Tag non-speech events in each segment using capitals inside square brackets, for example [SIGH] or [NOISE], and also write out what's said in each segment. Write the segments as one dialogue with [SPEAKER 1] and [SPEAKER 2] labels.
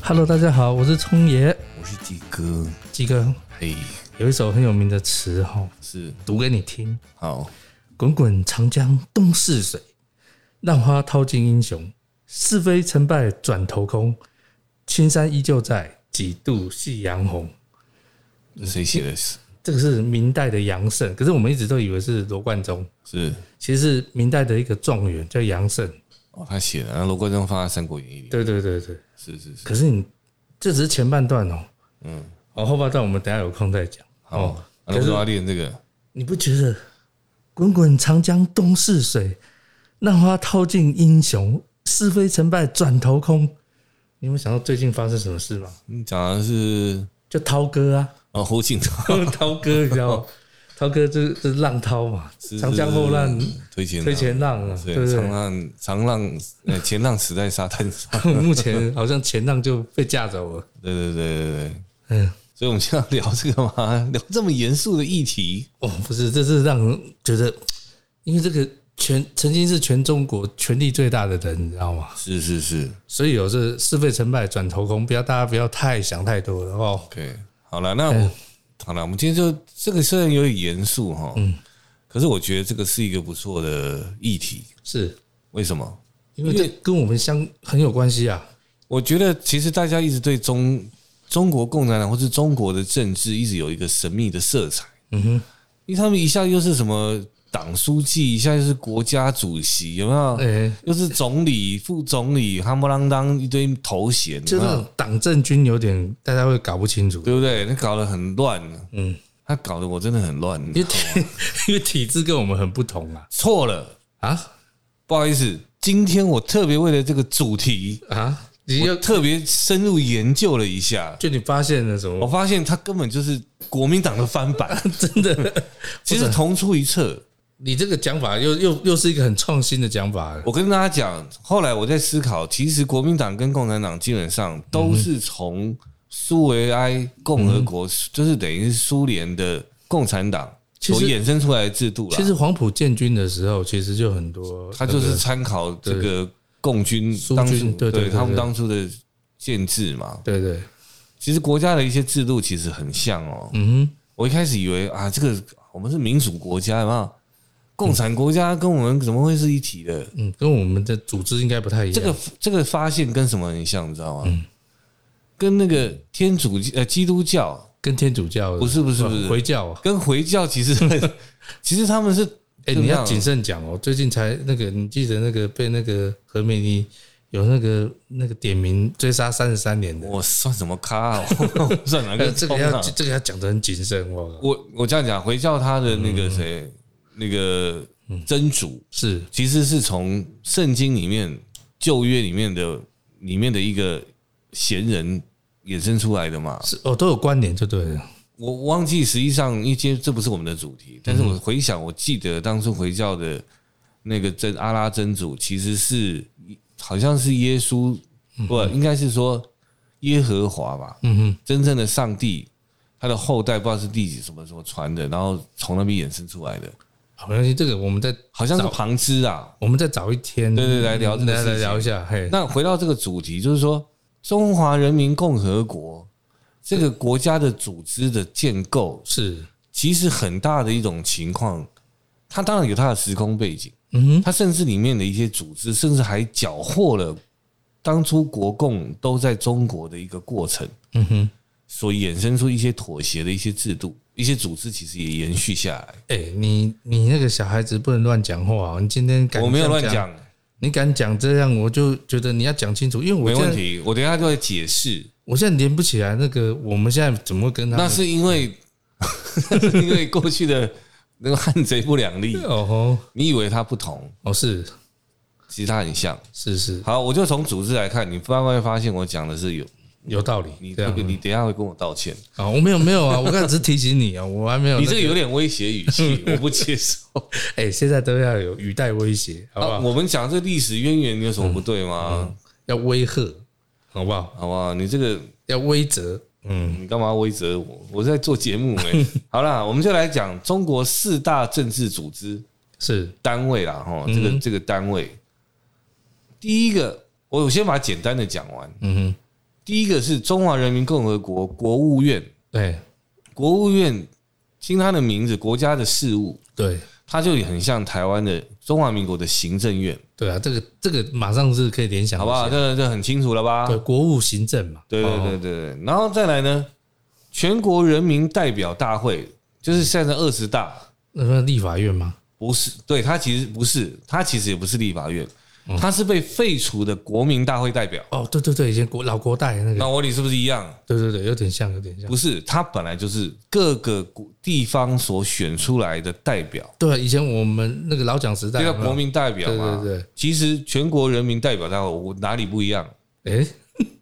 [SPEAKER 1] Hello，大家好，我是聪爷
[SPEAKER 2] 我是鸡哥，
[SPEAKER 1] 鸡哥。
[SPEAKER 2] 嘿，
[SPEAKER 1] 有一首很有名的词哈，
[SPEAKER 2] 是
[SPEAKER 1] 读给你听：
[SPEAKER 2] 好，
[SPEAKER 1] 滚滚长江东逝水，浪花淘尽英雄。是非成败转头空，青山依旧在，几度夕阳红。
[SPEAKER 2] 是谁写的？是
[SPEAKER 1] 这个是明代的杨慎，可是我们一直都以为是罗贯中，
[SPEAKER 2] 是
[SPEAKER 1] 其实是明代的一个状元叫杨慎。
[SPEAKER 2] 哦，他写的，然后罗贯中放在《三国演义》里面，
[SPEAKER 1] 对对对对，
[SPEAKER 2] 是是是，
[SPEAKER 1] 可是你这只是前半段哦，嗯，哦后半段我们等一下有空再讲
[SPEAKER 2] 好
[SPEAKER 1] 哦。，
[SPEAKER 2] 然后说他练这个，
[SPEAKER 1] 你不觉得“滚滚长江东逝水，浪花淘尽英雄，是非成败转头空”？你有没有想到最近发生什么事吗？
[SPEAKER 2] 你嗯讲的是
[SPEAKER 1] 就涛哥啊，
[SPEAKER 2] 哦，侯庆涛
[SPEAKER 1] [LAUGHS] 涛哥，你知道吗？ [LAUGHS] 涛哥就是就是浪涛嘛，
[SPEAKER 2] 是
[SPEAKER 1] 长江后浪
[SPEAKER 2] 推前
[SPEAKER 1] 推前浪啊，对
[SPEAKER 2] 对
[SPEAKER 1] 不
[SPEAKER 2] 长
[SPEAKER 1] 对？
[SPEAKER 2] 浪长浪呃前浪死在沙滩上，
[SPEAKER 1] [LAUGHS]
[SPEAKER 2] [LAUGHS]
[SPEAKER 1] 目前好像前浪就被架走了。
[SPEAKER 2] 对对对对对，
[SPEAKER 1] 嗯，
[SPEAKER 2] 所以我们现在聊这个嘛， [LAUGHS] 聊这么严肃的议题，
[SPEAKER 1] [LAUGHS] 哦，不是，这是让人觉得，因为这个全曾经是全中国权力最大的人，你知道吗？
[SPEAKER 2] 是是是
[SPEAKER 1] 所以有这是非成败转头空，不要大家不要太想太多了哦。
[SPEAKER 2] ，OK，好了，那
[SPEAKER 1] 哎
[SPEAKER 2] 我好了，我们今天就这个虽然有点严肃哈，嗯，可是我觉得这个是一个不错的议题，
[SPEAKER 1] 是
[SPEAKER 2] 为什么？
[SPEAKER 1] 因为这跟我们相很有关系啊。
[SPEAKER 2] 我觉得其实大家一直对中中国共产党或是中国的政治一直有一个神秘的色彩，
[SPEAKER 1] 嗯哼，
[SPEAKER 2] 因为他们一下又是什么党书记，一下又是国家主席，有没有？
[SPEAKER 1] 哎、
[SPEAKER 2] 又是总理、副总理，哈不啷当一堆头衔，
[SPEAKER 1] 就
[SPEAKER 2] 有没
[SPEAKER 1] 那
[SPEAKER 2] 有
[SPEAKER 1] 种党政军有点大家会搞不清楚，
[SPEAKER 2] 对不对？那搞得很乱，
[SPEAKER 1] 嗯，
[SPEAKER 2] 他搞得我真的很乱。
[SPEAKER 1] 因为体 [LAUGHS] 因为体制跟我们很不同啊
[SPEAKER 2] 错了，
[SPEAKER 1] 啊
[SPEAKER 2] 不好意思，今天我特别为了这个主题，
[SPEAKER 1] 啊！你
[SPEAKER 2] 我
[SPEAKER 1] 要
[SPEAKER 2] 特别深入研究了一下，
[SPEAKER 1] 就你发现了什
[SPEAKER 2] 我
[SPEAKER 1] 么？
[SPEAKER 2] 发现他根本就是国民党的翻版。
[SPEAKER 1] [LAUGHS] 真的，
[SPEAKER 2] 其实同出一辙。
[SPEAKER 1] 你这个讲法又又又是一个很创新的讲法了。
[SPEAKER 2] 我跟大家讲，后来我在思考，其实国民党跟共产党基本上都是从苏维埃共和国，就是等于是苏联的共产党
[SPEAKER 1] 其
[SPEAKER 2] 所
[SPEAKER 1] 实
[SPEAKER 2] 衍生出来的制度啦。
[SPEAKER 1] 其实黄埔建军的时候，其实就很多，
[SPEAKER 2] 他就是参考这个共军
[SPEAKER 1] 苏军
[SPEAKER 2] 当初
[SPEAKER 1] 对对对对
[SPEAKER 2] 他们当初的建制嘛。
[SPEAKER 1] 对对，
[SPEAKER 2] 其实国家的一些制度其实很像哦。
[SPEAKER 1] 嗯哼，
[SPEAKER 2] 我一开始以为啊，这个我们是民主国家，有没有？共产国家跟我们怎么会是一体的？
[SPEAKER 1] 嗯，跟我们的组织应该不太一样。
[SPEAKER 2] 这个这个发现跟什么很像，你知道吗？
[SPEAKER 1] 嗯
[SPEAKER 2] 跟那个天主呃基督教
[SPEAKER 1] 跟天主教的
[SPEAKER 2] 不是不是不是
[SPEAKER 1] 回教啊。
[SPEAKER 2] 跟回教其实 [LAUGHS] 其实他们是
[SPEAKER 1] 哎、
[SPEAKER 2] 怎么
[SPEAKER 1] 你要
[SPEAKER 2] 样
[SPEAKER 1] 谨慎讲哦。最近才那个，你记得那个被那个何美妮有那个那个点名追杀三十三年的，
[SPEAKER 2] 我算什么咖、哦？ [LAUGHS] 我算哪
[SPEAKER 1] 呃
[SPEAKER 2] 个
[SPEAKER 1] [LAUGHS] 这
[SPEAKER 2] 葱
[SPEAKER 1] 个
[SPEAKER 2] 啊
[SPEAKER 1] 要？这个要讲的很谨慎哦。
[SPEAKER 2] 我我这样讲，回教他的那个谁、那个
[SPEAKER 1] 嗯
[SPEAKER 2] 真主，
[SPEAKER 1] 是
[SPEAKER 2] 其实是从圣经里面旧约里面的里面的一个贤人衍生出来的嘛。
[SPEAKER 1] 是哦，都有关联就对了。
[SPEAKER 2] 我我忘记，实际上，因为今天这不是我们的主题，但是我回想，我记得当初回教的那个真阿拉真主，其实是好像是耶稣，不，应该是说耶和华吧，
[SPEAKER 1] 嗯哼，
[SPEAKER 2] 真正的上帝，他的后代不知道是第几什么什么传的，然后从那边衍生出来的，
[SPEAKER 1] 好，没关系，这个我们再
[SPEAKER 2] 好像是旁支啊。
[SPEAKER 1] 我们再找一天，
[SPEAKER 2] 对对来聊这个
[SPEAKER 1] 来
[SPEAKER 2] 事情
[SPEAKER 1] 来聊一下。嘿，
[SPEAKER 2] 那回到这个主题，就是说中华人民共和国这个国家的组织的建构
[SPEAKER 1] 是，
[SPEAKER 2] 其实很大的一种情况，它当然有它的时空背景，
[SPEAKER 1] 嗯哼，
[SPEAKER 2] 它甚至里面的一些组织，甚至还缴获了当初国共都在中国的一个过程，
[SPEAKER 1] 嗯哼，
[SPEAKER 2] 所衍生出一些妥协的一些制度，一些组织其实也延续下来。
[SPEAKER 1] 哎、你你那个小孩子不能乱讲话、哦，你今天敢
[SPEAKER 2] 我没有
[SPEAKER 1] 这
[SPEAKER 2] 乱
[SPEAKER 1] 样，
[SPEAKER 2] 讲，
[SPEAKER 1] 你敢讲这样，我就觉得你要讲清楚，因为我
[SPEAKER 2] 没
[SPEAKER 1] 现
[SPEAKER 2] 问
[SPEAKER 1] 在
[SPEAKER 2] 题。我等一下就会解释，
[SPEAKER 1] 我现在连不起来那个，我们现在怎么跟他们
[SPEAKER 2] 那是
[SPEAKER 1] [LAUGHS]
[SPEAKER 2] 因为那是因为过去的那个汉贼不两立，
[SPEAKER 1] 哦吼，
[SPEAKER 2] 你以为它不同，
[SPEAKER 1] 哦是
[SPEAKER 2] 其实它很像。
[SPEAKER 1] 是是，
[SPEAKER 2] 好，我就从组织来看，你慢慢会发现我讲的是有
[SPEAKER 1] 有道理。
[SPEAKER 2] 你
[SPEAKER 1] 这
[SPEAKER 2] 这
[SPEAKER 1] 样
[SPEAKER 2] 个，你等一下会跟我道歉，
[SPEAKER 1] 啊，我没有没有啊，我刚才只是提醒你啊，我还没有那。
[SPEAKER 2] 你这个有点威胁语
[SPEAKER 1] [LAUGHS]
[SPEAKER 2] 气，我不接受。
[SPEAKER 1] 哎，现在都要有语带威胁，好不嗯
[SPEAKER 2] 啊
[SPEAKER 1] 好？
[SPEAKER 2] 我们讲这历史渊源，你有什么不对吗？
[SPEAKER 1] 要威吓，好不好？
[SPEAKER 2] 好不好？你这个
[SPEAKER 1] 要威责，嗯，
[SPEAKER 2] 你干嘛威责我？我在做节目
[SPEAKER 1] [LAUGHS]
[SPEAKER 2] 哎。好啦，我们就来讲中国四大政治组织
[SPEAKER 1] 是
[SPEAKER 2] 单位啦，哈，这
[SPEAKER 1] 嗯
[SPEAKER 2] 个这个单位，第一个，我我先把简单的讲完。
[SPEAKER 1] 嗯哼，
[SPEAKER 2] 第一个是中华人民共和国国务院，
[SPEAKER 1] 对
[SPEAKER 2] 国务院听它的名字，国家的事务，
[SPEAKER 1] 对
[SPEAKER 2] 它就很像台湾的中华民国的行政院，
[SPEAKER 1] 对啊，这个这个马上是可以联想
[SPEAKER 2] 好
[SPEAKER 1] 得
[SPEAKER 2] 不
[SPEAKER 1] 起来，
[SPEAKER 2] 好？这这很清楚了吧？
[SPEAKER 1] 对，国务行政嘛，
[SPEAKER 2] 对对
[SPEAKER 1] 哦
[SPEAKER 2] 对对对，然后再来呢，全国人民代表大会就是现在二十大，
[SPEAKER 1] 那个立法院嘛，
[SPEAKER 2] 不是，对它其实不是，它其实也不是立法院，
[SPEAKER 1] 嗯
[SPEAKER 2] 它是被废除的国民大会代表。
[SPEAKER 1] 哦，对对对，以前国老国代那
[SPEAKER 2] 那
[SPEAKER 1] 个，
[SPEAKER 2] 我理是不是一样？
[SPEAKER 1] 对对对，有点像，有点像
[SPEAKER 2] 不，是，它本来就是各个地方所选出来的代表，
[SPEAKER 1] 对，啊以前我们那个老蒋时代
[SPEAKER 2] 这叫
[SPEAKER 1] 有没有
[SPEAKER 2] 啊国，民代表
[SPEAKER 1] 对
[SPEAKER 2] 嘛。
[SPEAKER 1] 对
[SPEAKER 2] 其实全国人民代表大会，我哪里不一样？
[SPEAKER 1] 对，哎 [LAUGHS]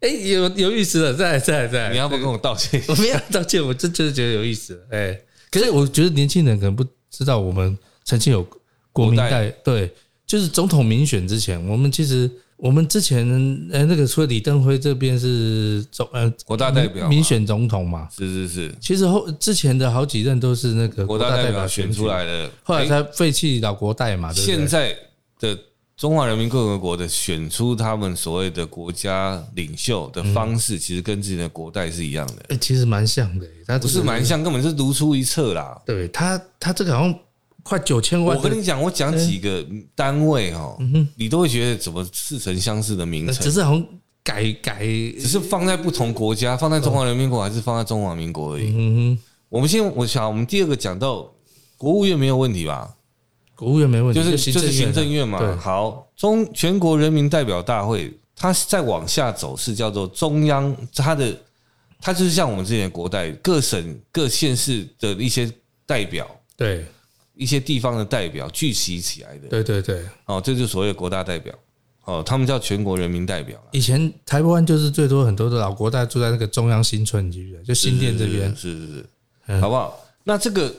[SPEAKER 1] 哎，有有意思了，再来再来再
[SPEAKER 2] 你
[SPEAKER 1] 来，
[SPEAKER 2] 要不跟我道歉？
[SPEAKER 1] [LAUGHS] 我没有道歉，我真就是觉得有意思了，哎，可是我觉得年轻人可能不知道，我们曾经有国民
[SPEAKER 2] 国
[SPEAKER 1] 代，
[SPEAKER 2] 代
[SPEAKER 1] 对，就是总统民选之前，我们其实。我们之前，呃，那个除了李登辉这边是总呃
[SPEAKER 2] 国大代表嘛
[SPEAKER 1] 民选总统嘛，
[SPEAKER 2] [LAUGHS] 是是是，
[SPEAKER 1] 其实后之前的好几任都是那个国
[SPEAKER 2] 国大
[SPEAKER 1] 大
[SPEAKER 2] 代
[SPEAKER 1] 代
[SPEAKER 2] 表
[SPEAKER 1] 表
[SPEAKER 2] 选
[SPEAKER 1] 选
[SPEAKER 2] 出
[SPEAKER 1] 举，
[SPEAKER 2] 来的。
[SPEAKER 1] 后来
[SPEAKER 2] 诶
[SPEAKER 1] 才废弃老国代嘛，对不
[SPEAKER 2] 现
[SPEAKER 1] 对？
[SPEAKER 2] 在的中华人民共和国的选出他们所谓的国家领袖的方式，其实跟之前的国代是一样的，
[SPEAKER 1] 哎，其实蛮像的，他
[SPEAKER 2] 不是蛮像，根本是如出一辙啦。
[SPEAKER 1] 对他他这个好像快九千万
[SPEAKER 2] 我
[SPEAKER 1] 的，
[SPEAKER 2] 跟你讲，我讲几个
[SPEAKER 1] 嗯
[SPEAKER 2] 单位哦，你都会觉得怎么似曾相识的名
[SPEAKER 1] 呃只
[SPEAKER 2] 称，
[SPEAKER 1] 是好像改改，
[SPEAKER 2] 只是放在不同国家，放在中华人民共和国还是放在中华民国而已。
[SPEAKER 1] 嗯哼，
[SPEAKER 2] 我们先，我想我们第二个讲到国务院没有问题吧？
[SPEAKER 1] 国务院没问题，
[SPEAKER 2] 就
[SPEAKER 1] 就是
[SPEAKER 2] 就是行
[SPEAKER 1] 政
[SPEAKER 2] 政
[SPEAKER 1] 院啊
[SPEAKER 2] 院嘛。
[SPEAKER 1] 对
[SPEAKER 2] 好，中全国人民代表大会，它再往下走是叫做中央，它的它就是像我们之前的国代各省各县市的一些代表、
[SPEAKER 1] 对
[SPEAKER 2] 一些地方的代表聚集起来的。
[SPEAKER 1] 对对对，
[SPEAKER 2] 哦，这就是所谓的国大代表。哦，他们叫全国人民代表啦
[SPEAKER 1] 以前台湾就是最多很多的老国代住在那个中央新村，你记不记得？就新店这边，嗯
[SPEAKER 2] 是是是是，好不好？那这个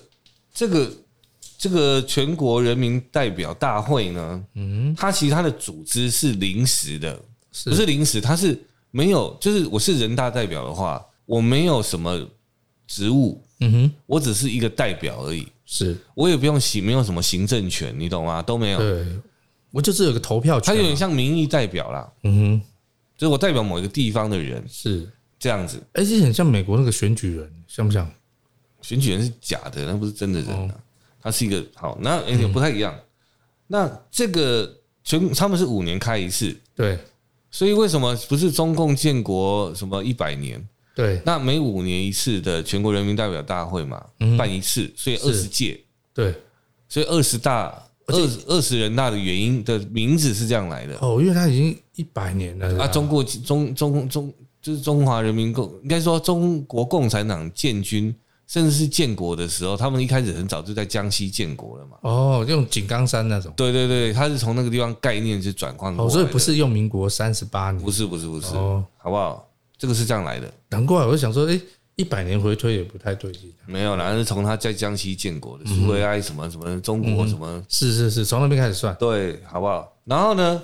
[SPEAKER 2] 这个这个全国人民代表大会呢，嗯，它其实它的组织是临时的，
[SPEAKER 1] 是
[SPEAKER 2] 不是临时？它是没有，就是我是人大代表的话，我没有什么职务，
[SPEAKER 1] 嗯哼，
[SPEAKER 2] 我只是一个代表而已，
[SPEAKER 1] 是
[SPEAKER 2] 我也不用行，没有什么行政权，你懂吗？都没有，
[SPEAKER 1] 对，我就是有个投票权
[SPEAKER 2] 它
[SPEAKER 1] 啊
[SPEAKER 2] 有点
[SPEAKER 1] 嘛，
[SPEAKER 2] 像民意代表啦，
[SPEAKER 1] 嗯哼，
[SPEAKER 2] 就是我代表某一个地方的人
[SPEAKER 1] 是，
[SPEAKER 2] 这样子。
[SPEAKER 1] 而且很像美国那个选举人，像不像？
[SPEAKER 2] 选举人是假的，那不是真的人啊，他是一个好，那有点不太一样。那这个全他们是五年开一次，
[SPEAKER 1] 对
[SPEAKER 2] 所以为什么不是中共建国什么一百年？
[SPEAKER 1] 对
[SPEAKER 2] 那每五年一次的全国人民代表大会嘛，办一次，所以二十届，
[SPEAKER 1] 对。
[SPEAKER 2] 所以二十大二二十人大的原因的名字是这样来的
[SPEAKER 1] 哦，因为它已经一百年了
[SPEAKER 2] 啊。中国中中中就是中华人民共，应该说中国共产党建军。甚至是建国的时候，他们一开始很早就在江西建国了嘛。
[SPEAKER 1] 哦，用井冈山那种
[SPEAKER 2] 对对对，他是从那个地方概念去转换过
[SPEAKER 1] 哦，
[SPEAKER 2] 来的、
[SPEAKER 1] 所以不是用民国三十八年
[SPEAKER 2] 不是不是不是，
[SPEAKER 1] 哦，
[SPEAKER 2] 好不好？这个是这样来的，
[SPEAKER 1] 难怪我就想说，哎，一百年回推也不太对劲。
[SPEAKER 2] 没有啦，是从他在江西建国
[SPEAKER 1] 嗯
[SPEAKER 2] 的苏维埃什么什么中国什么，
[SPEAKER 1] 是是是，从那边开始算。
[SPEAKER 2] 对，好不好？然后呢，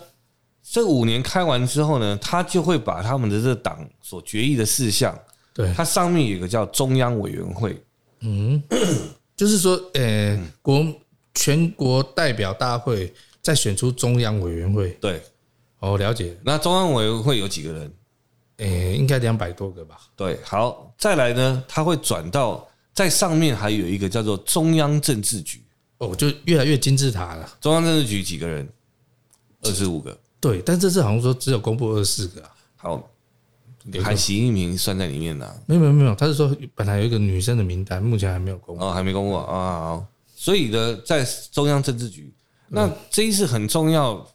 [SPEAKER 2] 这五年开完之后呢，他就会把他们的这党所决议的事项，
[SPEAKER 1] 对，
[SPEAKER 2] 它上面有一个叫中央委员会，
[SPEAKER 1] 就是说，呃，
[SPEAKER 2] 嗯
[SPEAKER 1] 国全国代表大会再选出中央委员会。
[SPEAKER 2] 对，
[SPEAKER 1] 哦，了解。
[SPEAKER 2] 那中央委员会有几个人？
[SPEAKER 1] 呃，应该两百多个吧？
[SPEAKER 2] 对，好，再来呢，他会转到在上面还有一个叫做中央政治局，
[SPEAKER 1] 哦，就越来越金字塔了。
[SPEAKER 2] 中央政治局几个人？二十五个。
[SPEAKER 1] 对，但这次好像说只有公布二十四个啊。
[SPEAKER 2] 好，
[SPEAKER 1] 有一
[SPEAKER 2] 含
[SPEAKER 1] 个
[SPEAKER 2] 习近平算在里面的、啊，
[SPEAKER 1] 没有没有没有，他是说本来有一个女生的名单，目前还没有公布。
[SPEAKER 2] 哦，还没公布啊、啊好，所以呢，在中央政治局，
[SPEAKER 1] 嗯
[SPEAKER 2] 那这一次很重要，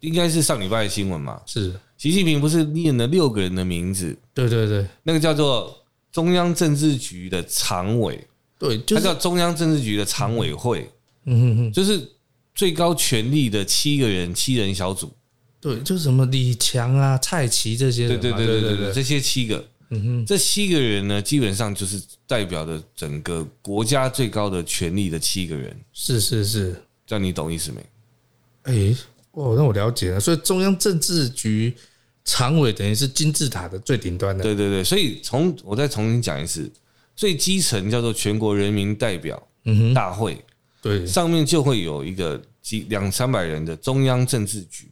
[SPEAKER 2] 应该是上礼拜的新闻嘛。
[SPEAKER 1] 是，
[SPEAKER 2] 习近平不是念了六个人的名字，
[SPEAKER 1] 对对对
[SPEAKER 2] 那个叫做中央政治局的常委，
[SPEAKER 1] 对，就
[SPEAKER 2] 它
[SPEAKER 1] 是
[SPEAKER 2] 叫中央政治局的常委会，
[SPEAKER 1] 嗯哼哼。
[SPEAKER 2] 就是最高权力的七个人七人小组。
[SPEAKER 1] 对，就是什么李强啊、蔡奇这些人
[SPEAKER 2] 对
[SPEAKER 1] 嘛。
[SPEAKER 2] 对对
[SPEAKER 1] 对
[SPEAKER 2] 对对对，嗯这些七个，这七个人呢，基本上就是代表着整个国家最高的权力的七个人，
[SPEAKER 1] 是是是。
[SPEAKER 2] 这样你懂意思没？
[SPEAKER 1] 哎、哦，那我了解了。所以中央政治局常委等于是金字塔的最顶端的。
[SPEAKER 2] 对对对，所以从我再重新讲一次，最基层叫做全国人民代表
[SPEAKER 1] 嗯哼，
[SPEAKER 2] 大会，
[SPEAKER 1] 对，
[SPEAKER 2] 上面就会有一个几两三百人的中央政治局，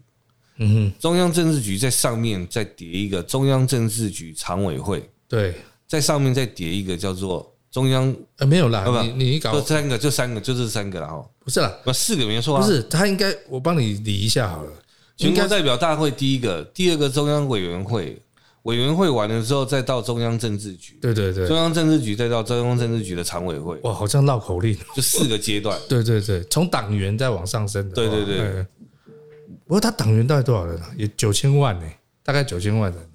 [SPEAKER 1] 嗯哼，
[SPEAKER 2] 中央政治局在上面再叠一个中央政治局常委会，
[SPEAKER 1] 对，
[SPEAKER 2] 在上面再叠一个叫做中央，
[SPEAKER 1] 呃，没有啦
[SPEAKER 2] 好，吧
[SPEAKER 1] 你你搞
[SPEAKER 2] 就三个，就三个，就这三个了哈。
[SPEAKER 1] 不是啦，
[SPEAKER 2] 不，四个没错啊。
[SPEAKER 1] 不是他应该，我帮你理一下好了。
[SPEAKER 2] 全国代表大会第一个，第二个中央委员会，委员会完了之后再到中央政治局，
[SPEAKER 1] 对对对
[SPEAKER 2] 中，央政治局再到中央政治局的常委会，
[SPEAKER 1] 哇，好像绕口令。 [LAUGHS]
[SPEAKER 2] 就四个阶段。
[SPEAKER 1] 对对对，从党员再往上升的话。
[SPEAKER 2] 对对对
[SPEAKER 1] 哎。不过他党员大概多少人啊？也九千万呢、大概九千万人、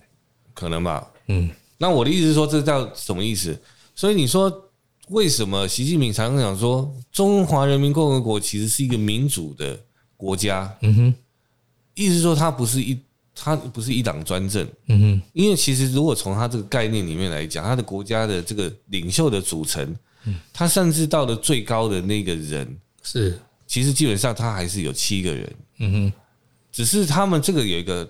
[SPEAKER 2] 可能吧。
[SPEAKER 1] 嗯，
[SPEAKER 2] 那我的意思是说，这叫什么意思？所以你说为什么习近平常常讲说，中华人民共和国其实是一个民主的国家？
[SPEAKER 1] 嗯哼，
[SPEAKER 2] 意思是说，它不是一，它不是一党专政。
[SPEAKER 1] 嗯哼，
[SPEAKER 2] 因为其实如果从它这个概念里面来讲，它的国家的这个领袖的组成，
[SPEAKER 1] 嗯
[SPEAKER 2] 它甚至到了最高的那个人，
[SPEAKER 1] 是，
[SPEAKER 2] 其实基本上它还是有七个人，
[SPEAKER 1] 嗯哼，
[SPEAKER 2] 只是他们这个有一个，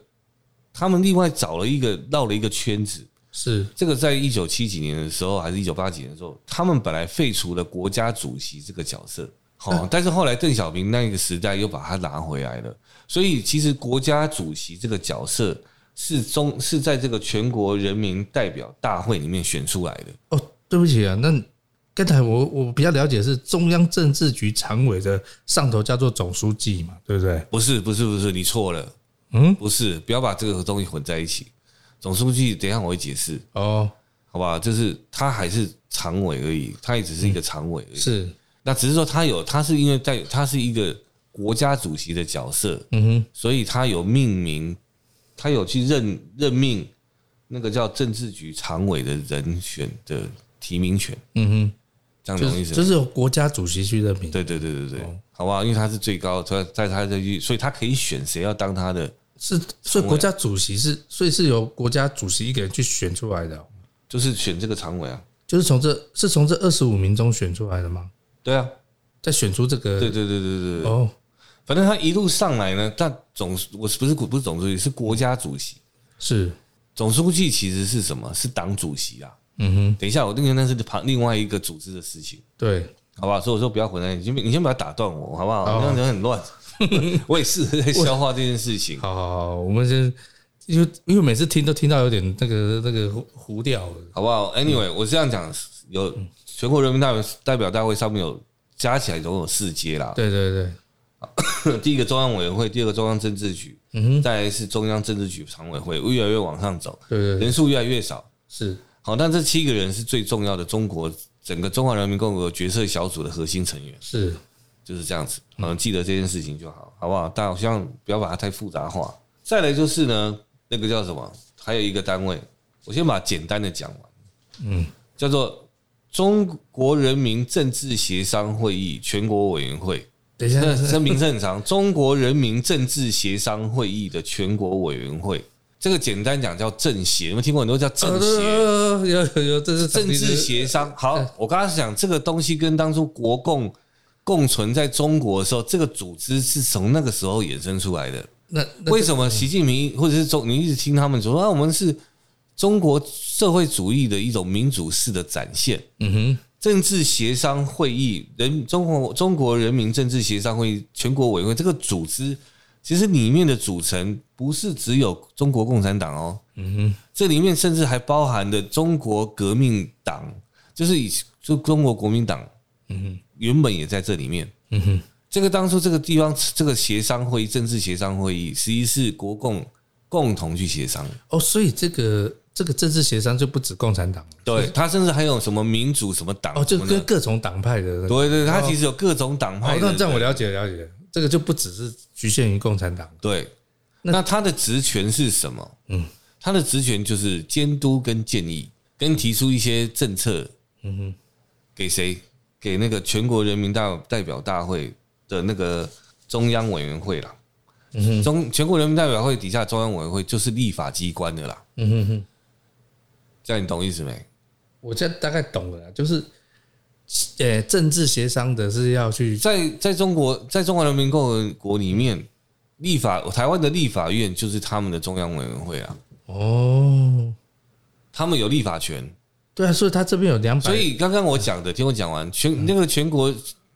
[SPEAKER 2] 他们另外找了一个绕了一个圈子。
[SPEAKER 1] 是，
[SPEAKER 2] 这个在一九七几年的时候，还是一九八几年的时候，他们本来废除了国家主席这个角色，好，但是后来邓小平那个时代又把它拿回来了。所以其实国家主席这个角色是中是在这个全国人民代表大会里面选出来的。
[SPEAKER 1] 哦，对不起啊，那刚才我我比较了解是中央政治局常委的上头叫做总书记嘛，对不对？
[SPEAKER 2] 不是不是不是，你错了，
[SPEAKER 1] 嗯，
[SPEAKER 2] 不是，不要把这个东西混在一起。总书记，等一下我会解释，
[SPEAKER 1] 哦，
[SPEAKER 2] 好吧？就是他还是常委而已，他也只是一个常委而已。
[SPEAKER 1] 是，
[SPEAKER 2] 那只是说他有，他是因为在他是一个国家主席的角色，
[SPEAKER 1] 嗯哼，
[SPEAKER 2] 所以他有命名，他有去任任命那个叫政治局常委的人选的提名权，
[SPEAKER 1] 嗯
[SPEAKER 2] 这
[SPEAKER 1] 哼，
[SPEAKER 2] 样
[SPEAKER 1] 就
[SPEAKER 2] 懂意
[SPEAKER 1] 是
[SPEAKER 2] 思
[SPEAKER 1] 就
[SPEAKER 2] 吗？
[SPEAKER 1] 是哦由国家主席去任命，
[SPEAKER 2] 对对对对对，好不啊好？因为他是最高，他在他这去，所以他可以选谁要当他的，
[SPEAKER 1] 是，所以国家主席是，所以是由国家主席一个人去选出来的哦、
[SPEAKER 2] 就是选这个常委啊。
[SPEAKER 1] 就是从这是从这二十五名中选出来的吗？
[SPEAKER 2] 对啊，
[SPEAKER 1] 再选出这
[SPEAKER 2] 对
[SPEAKER 1] 个
[SPEAKER 2] 对对对对对，
[SPEAKER 1] 哦，
[SPEAKER 2] 反正他一路上来呢，但总我是不是不是总书记，是国家主席。
[SPEAKER 1] 是，
[SPEAKER 2] 总书记其实是什么？是党主席啊。
[SPEAKER 1] 嗯哼，
[SPEAKER 2] 等一下，我那个那是旁另外一个组织的事情，
[SPEAKER 1] 对，
[SPEAKER 2] 好吧？所以我说不要混在一起，你先你先不要打断我，好不好？
[SPEAKER 1] 好
[SPEAKER 2] 这样人很乱。 [LAUGHS] 我也是在消化这件
[SPEAKER 1] [LAUGHS]
[SPEAKER 2] 事情。
[SPEAKER 1] 好好好，我们先。因为因为每次听都听到有点那个那个糊糊掉了，
[SPEAKER 2] 好不好？Anyway，我这样讲，有全国人民代表代表大会上面有加起来总共有四阶啦。
[SPEAKER 1] 对对对，
[SPEAKER 2] 第一个中央委员会，第二个中央政治局，再来是中央政治局常委会，越来越往上走，
[SPEAKER 1] 对对对
[SPEAKER 2] 人数越来越少。
[SPEAKER 1] 是，
[SPEAKER 2] 好，但这七个人是最重要的中国整个中华人民共和国决策小组的核心成员。
[SPEAKER 1] 是
[SPEAKER 2] 就是这样子，嗯，记得这件事情就好，好不好？但好像不要把它太复杂化。再来就是呢，那个叫什么？还有一个单位，我先把简单的讲完，
[SPEAKER 1] 嗯，
[SPEAKER 2] 叫做中国人民政治协商会议全国委员
[SPEAKER 1] [LAUGHS]
[SPEAKER 2] 会。
[SPEAKER 1] 等一下，
[SPEAKER 2] 那声明正常，中国人民政治协商会议的全国委员会，这个简单讲叫政协，有没有听过很多叫政协？
[SPEAKER 1] 呃有有有，这是
[SPEAKER 2] 政治协商。好，我刚刚讲这个东西跟当初国共共存在中国的时候，这个组织是从那个时候衍生出来的。
[SPEAKER 1] 那那
[SPEAKER 2] 为什么习近平或者是中，你一直听他们说啊，我们是中国社会主义的一种民主式的展现。
[SPEAKER 1] 嗯哼，
[SPEAKER 2] 政治协商会议，人中国中国人民政治协商会议全国委员会这个组织，其实里面的组成不是只有中国共产党哦，
[SPEAKER 1] 嗯哼，
[SPEAKER 2] 这里面甚至还包含了中国革命党，就是以就中国国民党
[SPEAKER 1] 嗯哼，
[SPEAKER 2] 原本也在这里面。
[SPEAKER 1] 嗯哼，
[SPEAKER 2] 这个当初这个地方这个协商会议、政治协商会议，实际是国共共同去协商。
[SPEAKER 1] 哦，所以这个这个政治协商就不止共产党了
[SPEAKER 2] 对，他甚至还有什么民主什么党
[SPEAKER 1] 哦，
[SPEAKER 2] 什
[SPEAKER 1] 就
[SPEAKER 2] 么
[SPEAKER 1] 跟
[SPEAKER 2] 的。
[SPEAKER 1] 各种党派的那个
[SPEAKER 2] 对对，他其实有各种党
[SPEAKER 1] 好
[SPEAKER 2] 派，的
[SPEAKER 1] 那
[SPEAKER 2] 人。
[SPEAKER 1] 这样我了解了解，这个就不只是局限于共产党了。
[SPEAKER 2] 对，
[SPEAKER 1] 那
[SPEAKER 2] 那他的职权是什么？
[SPEAKER 1] 嗯，
[SPEAKER 2] 他的职权就是监督跟建议，跟提出一些政策。嗯哼，给谁？给那个全国人民大代表大会的那个中央委员会啦。嗯、中全国人民代表会底下中央委员会就是立法机关的啦，
[SPEAKER 1] 嗯哼哼，
[SPEAKER 2] 这样你懂意思没？
[SPEAKER 1] 我这大概懂了啦，就是，呃，政治协商的是要去
[SPEAKER 2] 在在中国，在中华人民共和国里面，立法台湾的立法院就是他们的中央委员会啊，
[SPEAKER 1] 哦，
[SPEAKER 2] 他们有立法权，
[SPEAKER 1] 对啊，所以他这边有两百，
[SPEAKER 2] 所以刚刚我讲的，听我讲完，全那个全国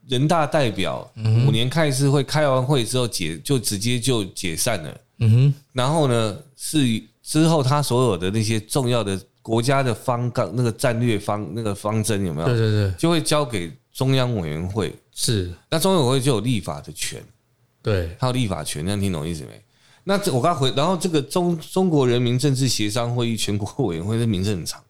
[SPEAKER 2] 人大代表五年开一次会，开完会之后解就直接就解散了。
[SPEAKER 1] 嗯
[SPEAKER 2] 然后呢，是之后他所有的那些重要的国家的方纲、那个战略方、那个方针有没
[SPEAKER 1] 哼，对
[SPEAKER 2] 有，
[SPEAKER 1] 对对，
[SPEAKER 2] 就会交给中央委员会。
[SPEAKER 1] 是，
[SPEAKER 2] 那中央委员会就有立法的权，
[SPEAKER 1] 对，
[SPEAKER 2] 他有立法权，这样听懂意思没？那这我刚回，然后这个中中国人民政治协商会议全国委员会的名字很长，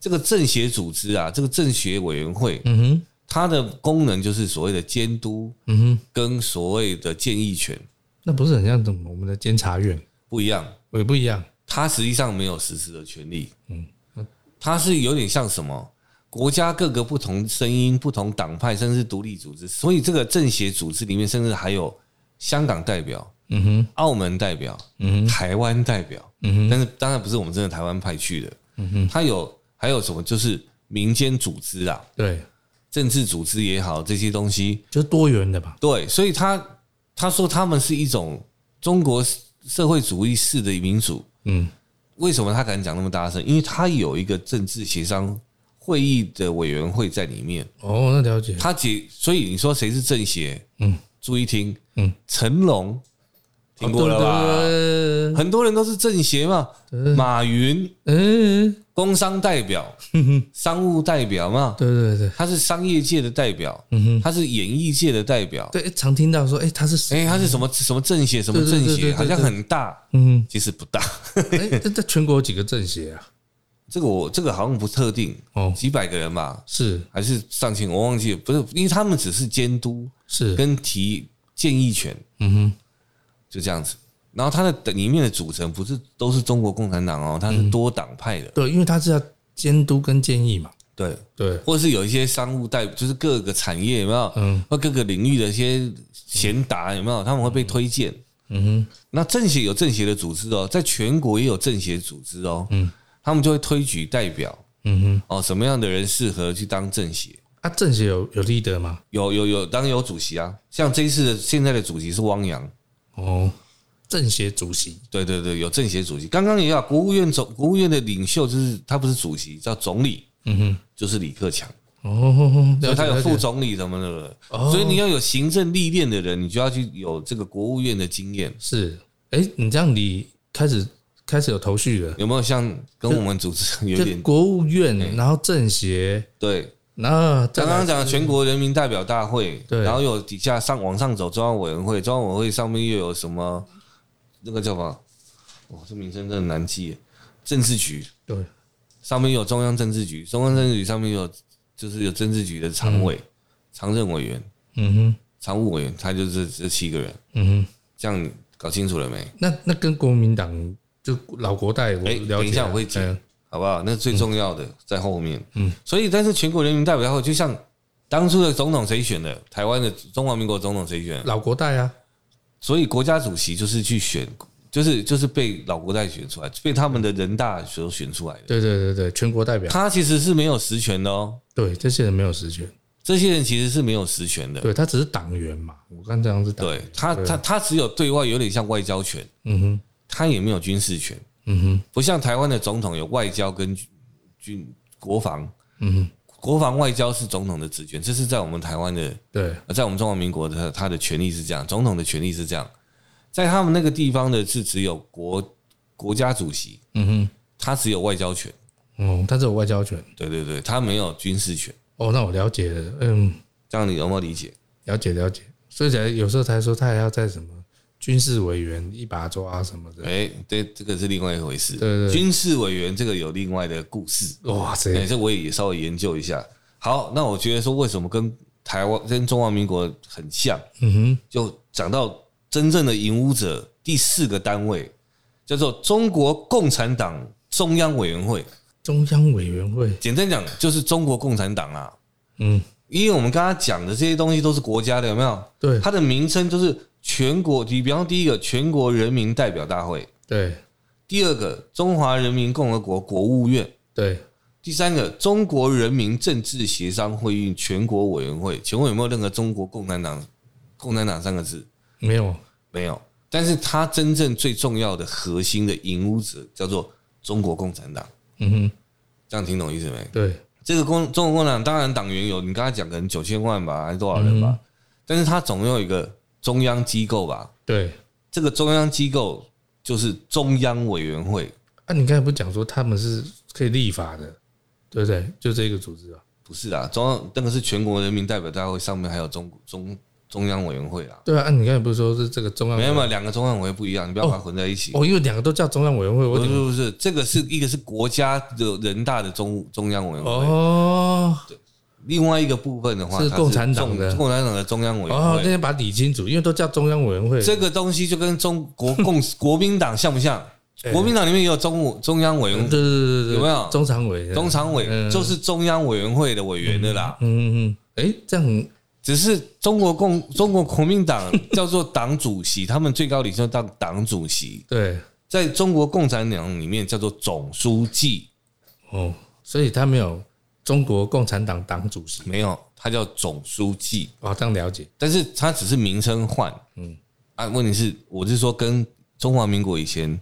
[SPEAKER 2] 这个政协组织啊，这个政协委员会，
[SPEAKER 1] 嗯哼，
[SPEAKER 2] 它的功能就是所谓的监督
[SPEAKER 1] 嗯哼，
[SPEAKER 2] 跟所谓的建议权
[SPEAKER 1] 那不是很像我们的监察院，
[SPEAKER 2] 不一样。
[SPEAKER 1] 也不一样，
[SPEAKER 2] 他实际上没有实施的权利。嗯，他是有点像什么？国家各个不同声音、不同党派，甚至独立组织，所以这个政协组织里面，甚至还有香港代表、
[SPEAKER 1] 嗯哼，
[SPEAKER 2] 澳门代表、
[SPEAKER 1] 嗯哼，
[SPEAKER 2] 台湾代表。
[SPEAKER 1] 嗯哼，
[SPEAKER 2] 但是当然不是我们真的台湾派去的。嗯哼，他有还有什么？就是民间组织啊，
[SPEAKER 1] 对，
[SPEAKER 2] 政治组织也好，这些东西。
[SPEAKER 1] 就是多元的吧，
[SPEAKER 2] 对，所以他他说他们是一种中国社会主义式的民主。
[SPEAKER 1] 嗯，
[SPEAKER 2] 为什么他敢讲那么大声？因为他有一个政治协商会议的委员会在里面，
[SPEAKER 1] 哦，那了解，
[SPEAKER 2] 他解，所以你说谁是政协？
[SPEAKER 1] 嗯，
[SPEAKER 2] 注意听，
[SPEAKER 1] 嗯，
[SPEAKER 2] 成龙听过了吧？
[SPEAKER 1] 对
[SPEAKER 2] 很多人都是政协嘛，马云
[SPEAKER 1] 嗯，
[SPEAKER 2] 工商代表、商务代表嘛，
[SPEAKER 1] 对对对，
[SPEAKER 2] 他是商业界的代表，
[SPEAKER 1] 嗯
[SPEAKER 2] 他是演艺界的代表，
[SPEAKER 1] 对，常听到说，哎，他是谁？
[SPEAKER 2] 哎，他是什么什么政协什么
[SPEAKER 1] 对对
[SPEAKER 2] 政
[SPEAKER 1] 对对
[SPEAKER 2] 协，
[SPEAKER 1] 对
[SPEAKER 2] 好像
[SPEAKER 1] 对
[SPEAKER 2] 很大，
[SPEAKER 1] 嗯，
[SPEAKER 2] 其实不大。 [LAUGHS]
[SPEAKER 1] 哎，那在全国有几个政协啊？
[SPEAKER 2] 这个我这个好像不特定，
[SPEAKER 1] 哦，
[SPEAKER 2] 几百个人吧，
[SPEAKER 1] 是
[SPEAKER 2] 还是上千，我忘记了，不是，因为他们只是监督
[SPEAKER 1] 是，
[SPEAKER 2] 跟提建议权，
[SPEAKER 1] 嗯哼，
[SPEAKER 2] 就这样子。然后它的里面的组成不是都是中国共产党哦，它
[SPEAKER 1] 嗯
[SPEAKER 2] 是多党派的，
[SPEAKER 1] 对，因为他是要监督跟建议嘛，
[SPEAKER 2] 对，
[SPEAKER 1] 对，
[SPEAKER 2] 或是有一些商务代，就是各个产业有没有，
[SPEAKER 1] 嗯
[SPEAKER 2] 或各个领域的一些贤达有没有，他们会被推荐。
[SPEAKER 1] 嗯哼，
[SPEAKER 2] 那政协有政协的组织哦，在全国也有政协组织哦，
[SPEAKER 1] 嗯
[SPEAKER 2] 他们就会推举代表
[SPEAKER 1] 嗯哼，
[SPEAKER 2] 哦，什么样的人适合去当政协？
[SPEAKER 1] 啊，政协有有 leader 吗？
[SPEAKER 2] 有有有，当然有主席啊，像这一次的现在的主席是汪洋。
[SPEAKER 1] 哦，政协主席，
[SPEAKER 2] 对对对，有政协主席。刚刚也要国务院总，国务院的领袖就是他不是主席，叫总理，
[SPEAKER 1] 嗯
[SPEAKER 2] 就是李克强，
[SPEAKER 1] 哼，哦，
[SPEAKER 2] 所
[SPEAKER 1] 了解
[SPEAKER 2] 以他有
[SPEAKER 1] 了
[SPEAKER 2] 副
[SPEAKER 1] 解，
[SPEAKER 2] 总理什么的。
[SPEAKER 1] 哦
[SPEAKER 2] 所以你要有行政历练的人，你就要去有这个国务院的经验。
[SPEAKER 1] 是，哎，你这样你开始开始有头绪了，
[SPEAKER 2] 有没有像跟我们主持 [LAUGHS] 人有
[SPEAKER 1] 就
[SPEAKER 2] 点
[SPEAKER 1] 国务院，然后政协，
[SPEAKER 2] 对？
[SPEAKER 1] 然后再
[SPEAKER 2] 刚
[SPEAKER 1] 来
[SPEAKER 2] 刚讲的全国人民代表大会，
[SPEAKER 1] 对
[SPEAKER 2] 然后有底下上往上走中央委员会，中央委员会上面又有什么那个叫什么？哇，这名称真的难记耶。政治局，
[SPEAKER 1] 对，
[SPEAKER 2] 上面有中央政治局，中央政治局上面有就是有政治局的常委、常任委员、
[SPEAKER 1] 嗯哼，
[SPEAKER 2] 常务委员，他就是这七个人，
[SPEAKER 1] 嗯哼，
[SPEAKER 2] 这样搞清楚了没？
[SPEAKER 1] 那那跟国民党就老国代，我
[SPEAKER 2] 哎
[SPEAKER 1] 了解了，
[SPEAKER 2] 等一下我会讲
[SPEAKER 1] 嗯
[SPEAKER 2] 好不好？那最重要的在后面。
[SPEAKER 1] 嗯，
[SPEAKER 2] 所以但是全国人民代表大会就像当初的总统谁选的？台湾的中华民国总统谁选？
[SPEAKER 1] 老国代啊，
[SPEAKER 2] 所以国家主席就是去选，就是就是被老国代选出来，被他们的人大所选出来的。
[SPEAKER 1] 对对对对，啊全国代表，
[SPEAKER 2] 他其实是没有实权的哦，
[SPEAKER 1] 对，这些人没有实权，
[SPEAKER 2] 这些人其实是没有实权的。
[SPEAKER 1] 对啊他只是党员嘛，我看这样是党员，
[SPEAKER 2] 对他，他他只有对外有点像外交权，
[SPEAKER 1] 嗯哼，
[SPEAKER 2] 他也没有军事权，
[SPEAKER 1] 嗯哼，
[SPEAKER 2] 不像台湾的总统有外交跟军军国防，
[SPEAKER 1] 嗯哼，
[SPEAKER 2] 国防外交是总统的职权，这是在我们台湾的，
[SPEAKER 1] 对，
[SPEAKER 2] 呃在我们中华民国的他的权利是这样，总统的权利是这样，在他们那个地方的是只有国国家主席，
[SPEAKER 1] 嗯
[SPEAKER 2] 他只有外交权，
[SPEAKER 1] 哼，哦，他只有外交权，
[SPEAKER 2] 对对对，他没有军事权，
[SPEAKER 1] 哦，那我了解了，嗯，
[SPEAKER 2] 这样你有没有理解？
[SPEAKER 1] 了解了解，所以才有时候才说他还要在什么军事委员一把抓什么的，
[SPEAKER 2] 哎，对，这个是另外一回事。
[SPEAKER 1] 对对对
[SPEAKER 2] 军事委员这个有另外的故事。
[SPEAKER 1] 哇
[SPEAKER 2] 哎、
[SPEAKER 1] 塞，
[SPEAKER 2] 这我也稍微研究一下。好，那我觉得说为什么跟台湾跟中华民国很像，
[SPEAKER 1] 嗯哼，
[SPEAKER 2] 就讲到真正的影武者第四个单位叫做中国共产党中央委员会，
[SPEAKER 1] 中央委员会，
[SPEAKER 2] 简单讲就是中国共产党啦。
[SPEAKER 1] 嗯，
[SPEAKER 2] 因为我们刚刚讲的这些东西都是国家的，有没有？
[SPEAKER 1] 对
[SPEAKER 2] 它的名称就是全国，你比方第一个全国人民代表大会，
[SPEAKER 1] 对
[SPEAKER 2] 第二个中华人民共和国国务院，
[SPEAKER 1] 对，
[SPEAKER 2] 第三个，中国人民政治协商会议全国委员会，请问有没有任何中国共产党“共产党”三个字？
[SPEAKER 1] 没有，
[SPEAKER 2] 没有。但是它真正最重要的核心的引武者叫做中国共产党，
[SPEAKER 1] 嗯哼，
[SPEAKER 2] 这样听懂意思没？
[SPEAKER 1] 对，
[SPEAKER 2] 这个共中国共产党当然党员有，你刚才讲可能九千万吧，还是多少人吧？
[SPEAKER 1] 嗯
[SPEAKER 2] 但是它总要有一个中央机构吧？
[SPEAKER 1] 对，
[SPEAKER 2] 这个中央机构就是中央委员会，
[SPEAKER 1] 啊，你刚才不是讲说他们是可以立法的，对不对？就这个组织啊，
[SPEAKER 2] 不是啦，中央那个是全国人民代表大会上面还有中中中央委员会啦。
[SPEAKER 1] 对啊，啊，你刚才不是说是这个中央
[SPEAKER 2] 没
[SPEAKER 1] 委
[SPEAKER 2] 有
[SPEAKER 1] 员
[SPEAKER 2] 没有，两个中央委员会不一样，你不要把它混在一起。
[SPEAKER 1] 嗯哦，因为两个都叫中央委员会，我
[SPEAKER 2] 不是
[SPEAKER 1] 怎么
[SPEAKER 2] 不是，这个是一个是国家的人大的中中央委员会，
[SPEAKER 1] 哦
[SPEAKER 2] 另外一个部分的话，
[SPEAKER 1] 是
[SPEAKER 2] 它
[SPEAKER 1] 共产党的
[SPEAKER 2] 中共产党的中央委员
[SPEAKER 1] 哦，那
[SPEAKER 2] 会。
[SPEAKER 1] 天把它理清楚，因为都叫中央委员会，
[SPEAKER 2] 这个东西就跟中国
[SPEAKER 1] [LAUGHS]
[SPEAKER 2] 共国民党像不像？国民党里面也有中中央委
[SPEAKER 1] 对
[SPEAKER 2] 员
[SPEAKER 1] 对对对，
[SPEAKER 2] 有没有
[SPEAKER 1] 中常委？
[SPEAKER 2] 中常委
[SPEAKER 1] 嗯
[SPEAKER 2] 就是中央委员会的委员的啦。
[SPEAKER 1] 嗯嗯嗯，哎，这样
[SPEAKER 2] 只是中国共中国国民党叫做党主席，他们最高领袖当党主席，
[SPEAKER 1] 对
[SPEAKER 2] 在中国共产党里面叫做总书记，
[SPEAKER 1] 哦，所以他没有中国共产党党主席，
[SPEAKER 2] 没有，他叫总书记，
[SPEAKER 1] 哦，这样了解，
[SPEAKER 2] 但是他只是名称换。嗯，啊，问题是我是说跟中华民国以前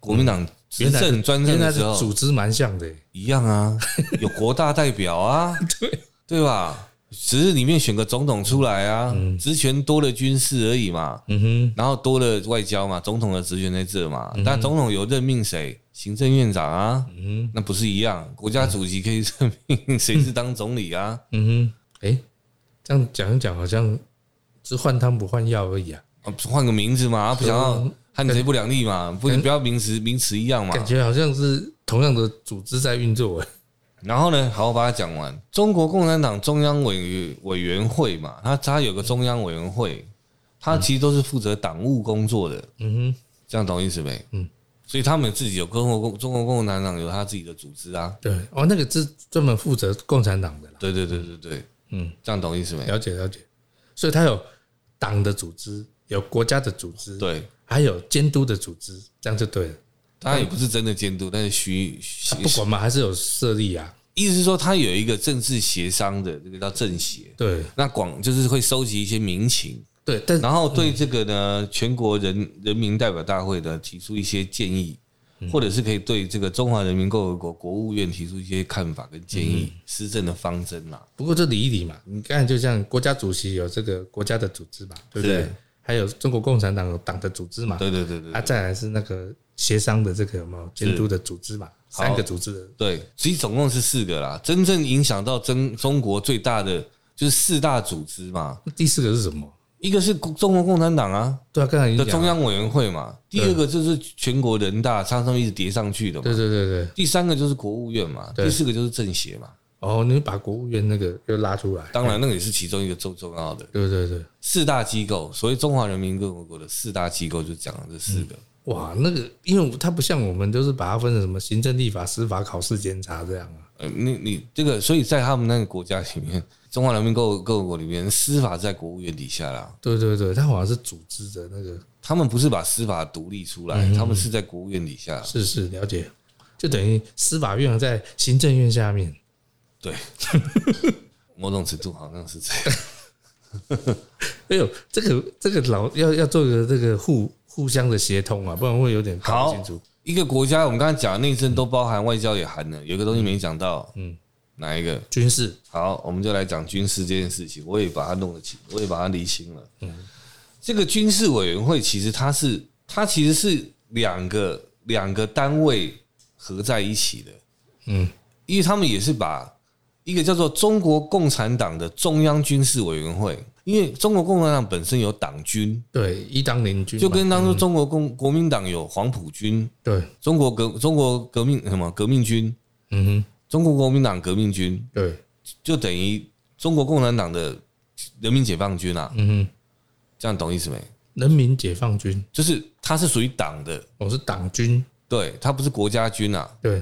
[SPEAKER 2] 国民党执
[SPEAKER 1] 原来
[SPEAKER 2] 政专政
[SPEAKER 1] 原来
[SPEAKER 2] 的
[SPEAKER 1] 是
[SPEAKER 2] 时候
[SPEAKER 1] 组织蛮像的，
[SPEAKER 2] 一
[SPEAKER 1] [LAUGHS]
[SPEAKER 2] 样啊，有国大代表啊，
[SPEAKER 1] 对
[SPEAKER 2] 对吧？只是里面选个总统出来啊，职权多了军事而已嘛，
[SPEAKER 1] 嗯哼，
[SPEAKER 2] 然后多了外交嘛，总统的职权在这嘛。
[SPEAKER 1] 嗯
[SPEAKER 2] 但总统有任命谁？行政院长啊，
[SPEAKER 1] 嗯
[SPEAKER 2] 那不是一样？国家主席可以任命谁是当总理啊？
[SPEAKER 1] 嗯哼，哎，这样讲一讲，好像只换汤不换药而已啊，
[SPEAKER 2] 啊换个名字嘛，啊不想要
[SPEAKER 1] 嗯
[SPEAKER 2] 汉贼不两立嘛，不
[SPEAKER 1] 嗯
[SPEAKER 2] 不要名词名词一样嘛。
[SPEAKER 1] 感觉好像是同样的组织在运作，哎，
[SPEAKER 2] 然后呢，好，我把它讲完。中国共产党中央委委员会嘛，它它有个中央委员会，它其实都是负责党务工作的，
[SPEAKER 1] 嗯哼，
[SPEAKER 2] 这样懂意思没？
[SPEAKER 1] 嗯，
[SPEAKER 2] 所以他们自己有中国共中国共产党有他自己的组织啊，
[SPEAKER 1] 对，哦，那个是专门负责共产党的啦，
[SPEAKER 2] 对对对对对，
[SPEAKER 1] 嗯，
[SPEAKER 2] 这样懂意思没？
[SPEAKER 1] 了解了解，所以他有党的组织，有国家的组织，
[SPEAKER 2] 对，
[SPEAKER 1] 还有监督的组织，这样就对了。
[SPEAKER 2] 他也不是真的监督，但是虚，虚
[SPEAKER 1] 啊不管嘛，还是有设立啊。
[SPEAKER 2] 意思是说他有一个政治协商的，这个叫政协。
[SPEAKER 1] 对
[SPEAKER 2] 那广就是会收集一些民情，
[SPEAKER 1] 对，但
[SPEAKER 2] 然后对这个呢，全国人人民代表大会呢提出一些建议，
[SPEAKER 1] 嗯
[SPEAKER 2] 或者是可以对这个中华人民共和国国务院提出一些看法跟建议，
[SPEAKER 1] 嗯
[SPEAKER 2] 施政的方针啦。
[SPEAKER 1] 不过这理一理嘛，你看就像国家主席有这个国家的组织嘛，对不对
[SPEAKER 2] 是？
[SPEAKER 1] 还有中国共产党有党的组织嘛，
[SPEAKER 2] 对对对对
[SPEAKER 1] 啊，再来是那个协商的这个有没有监督的组织嘛，
[SPEAKER 2] 好
[SPEAKER 1] 三个组织的
[SPEAKER 2] 对，其实总共是四个啦。真正影响到中中国最大的就是四大组织嘛，
[SPEAKER 1] 第四个是什么？
[SPEAKER 2] 一个是中国共产党啊
[SPEAKER 1] 对啊，刚才已
[SPEAKER 2] 的
[SPEAKER 1] 经
[SPEAKER 2] 中
[SPEAKER 1] 讲了，
[SPEAKER 2] 央委员会嘛，第二个就是全国人大，上上面一直叠上去的嘛
[SPEAKER 1] 对。对对对，
[SPEAKER 2] 第三个就是国务院嘛，
[SPEAKER 1] 对
[SPEAKER 2] 第四个就是政协嘛。
[SPEAKER 1] 哦，你把国务院那个又拉出来，
[SPEAKER 2] 当然，那个也是其中一个最重要的。
[SPEAKER 1] 对对对，
[SPEAKER 2] 四大机构，所谓中华人民共和国的四大机构就讲了这四个。
[SPEAKER 1] 哇，那个因为它不像我们都是把它分成什么行政、立法、司法、考试、监察这样啊，
[SPEAKER 2] 呃，你你这个，所以在他们那个国家里面， [LAUGHS] 中华人民共和共和国里面，司法在国务院底下啦。
[SPEAKER 1] 对对对，它好像是组织的那个
[SPEAKER 2] 他们不是把司法独立出来，他们是在国务院底下。
[SPEAKER 1] 是是，了解，就等于司法院在行政院下面。
[SPEAKER 2] 对，某种程度好像是这样。
[SPEAKER 1] 哎呦，这个这个老要要做个这个互互相的协通啊，不然会有点搞不清楚。
[SPEAKER 2] 一个国家，我们刚才讲的内政都包含，外交也含了，有一个东西没讲到，嗯，哪一个？
[SPEAKER 1] 军事
[SPEAKER 2] 好，我们就来讲军事这件事情，我也把它弄得清，我也把它厘清了。这个军事委员会其实它是它其实是两个两个单位合在一起的，
[SPEAKER 1] 嗯，
[SPEAKER 2] 因为他们也是把一个叫做中国共产党的中央军事委员会，因为中国共产党本身有党军，
[SPEAKER 1] 对一当邻军嘛，
[SPEAKER 2] 就跟当初中国共国民党有黄埔军、
[SPEAKER 1] 对，
[SPEAKER 2] 中国革中国革命什么革命军、
[SPEAKER 1] 嗯哼，
[SPEAKER 2] 中国国民党革命军，
[SPEAKER 1] 对，
[SPEAKER 2] 就等于中国共产党的人民解放军啊，
[SPEAKER 1] 嗯哼，
[SPEAKER 2] 这样懂意思没？
[SPEAKER 1] 人民解放军，
[SPEAKER 2] 就是它是属于党的，
[SPEAKER 1] 我是党军，
[SPEAKER 2] 对，它不是国家军啊。
[SPEAKER 1] 对，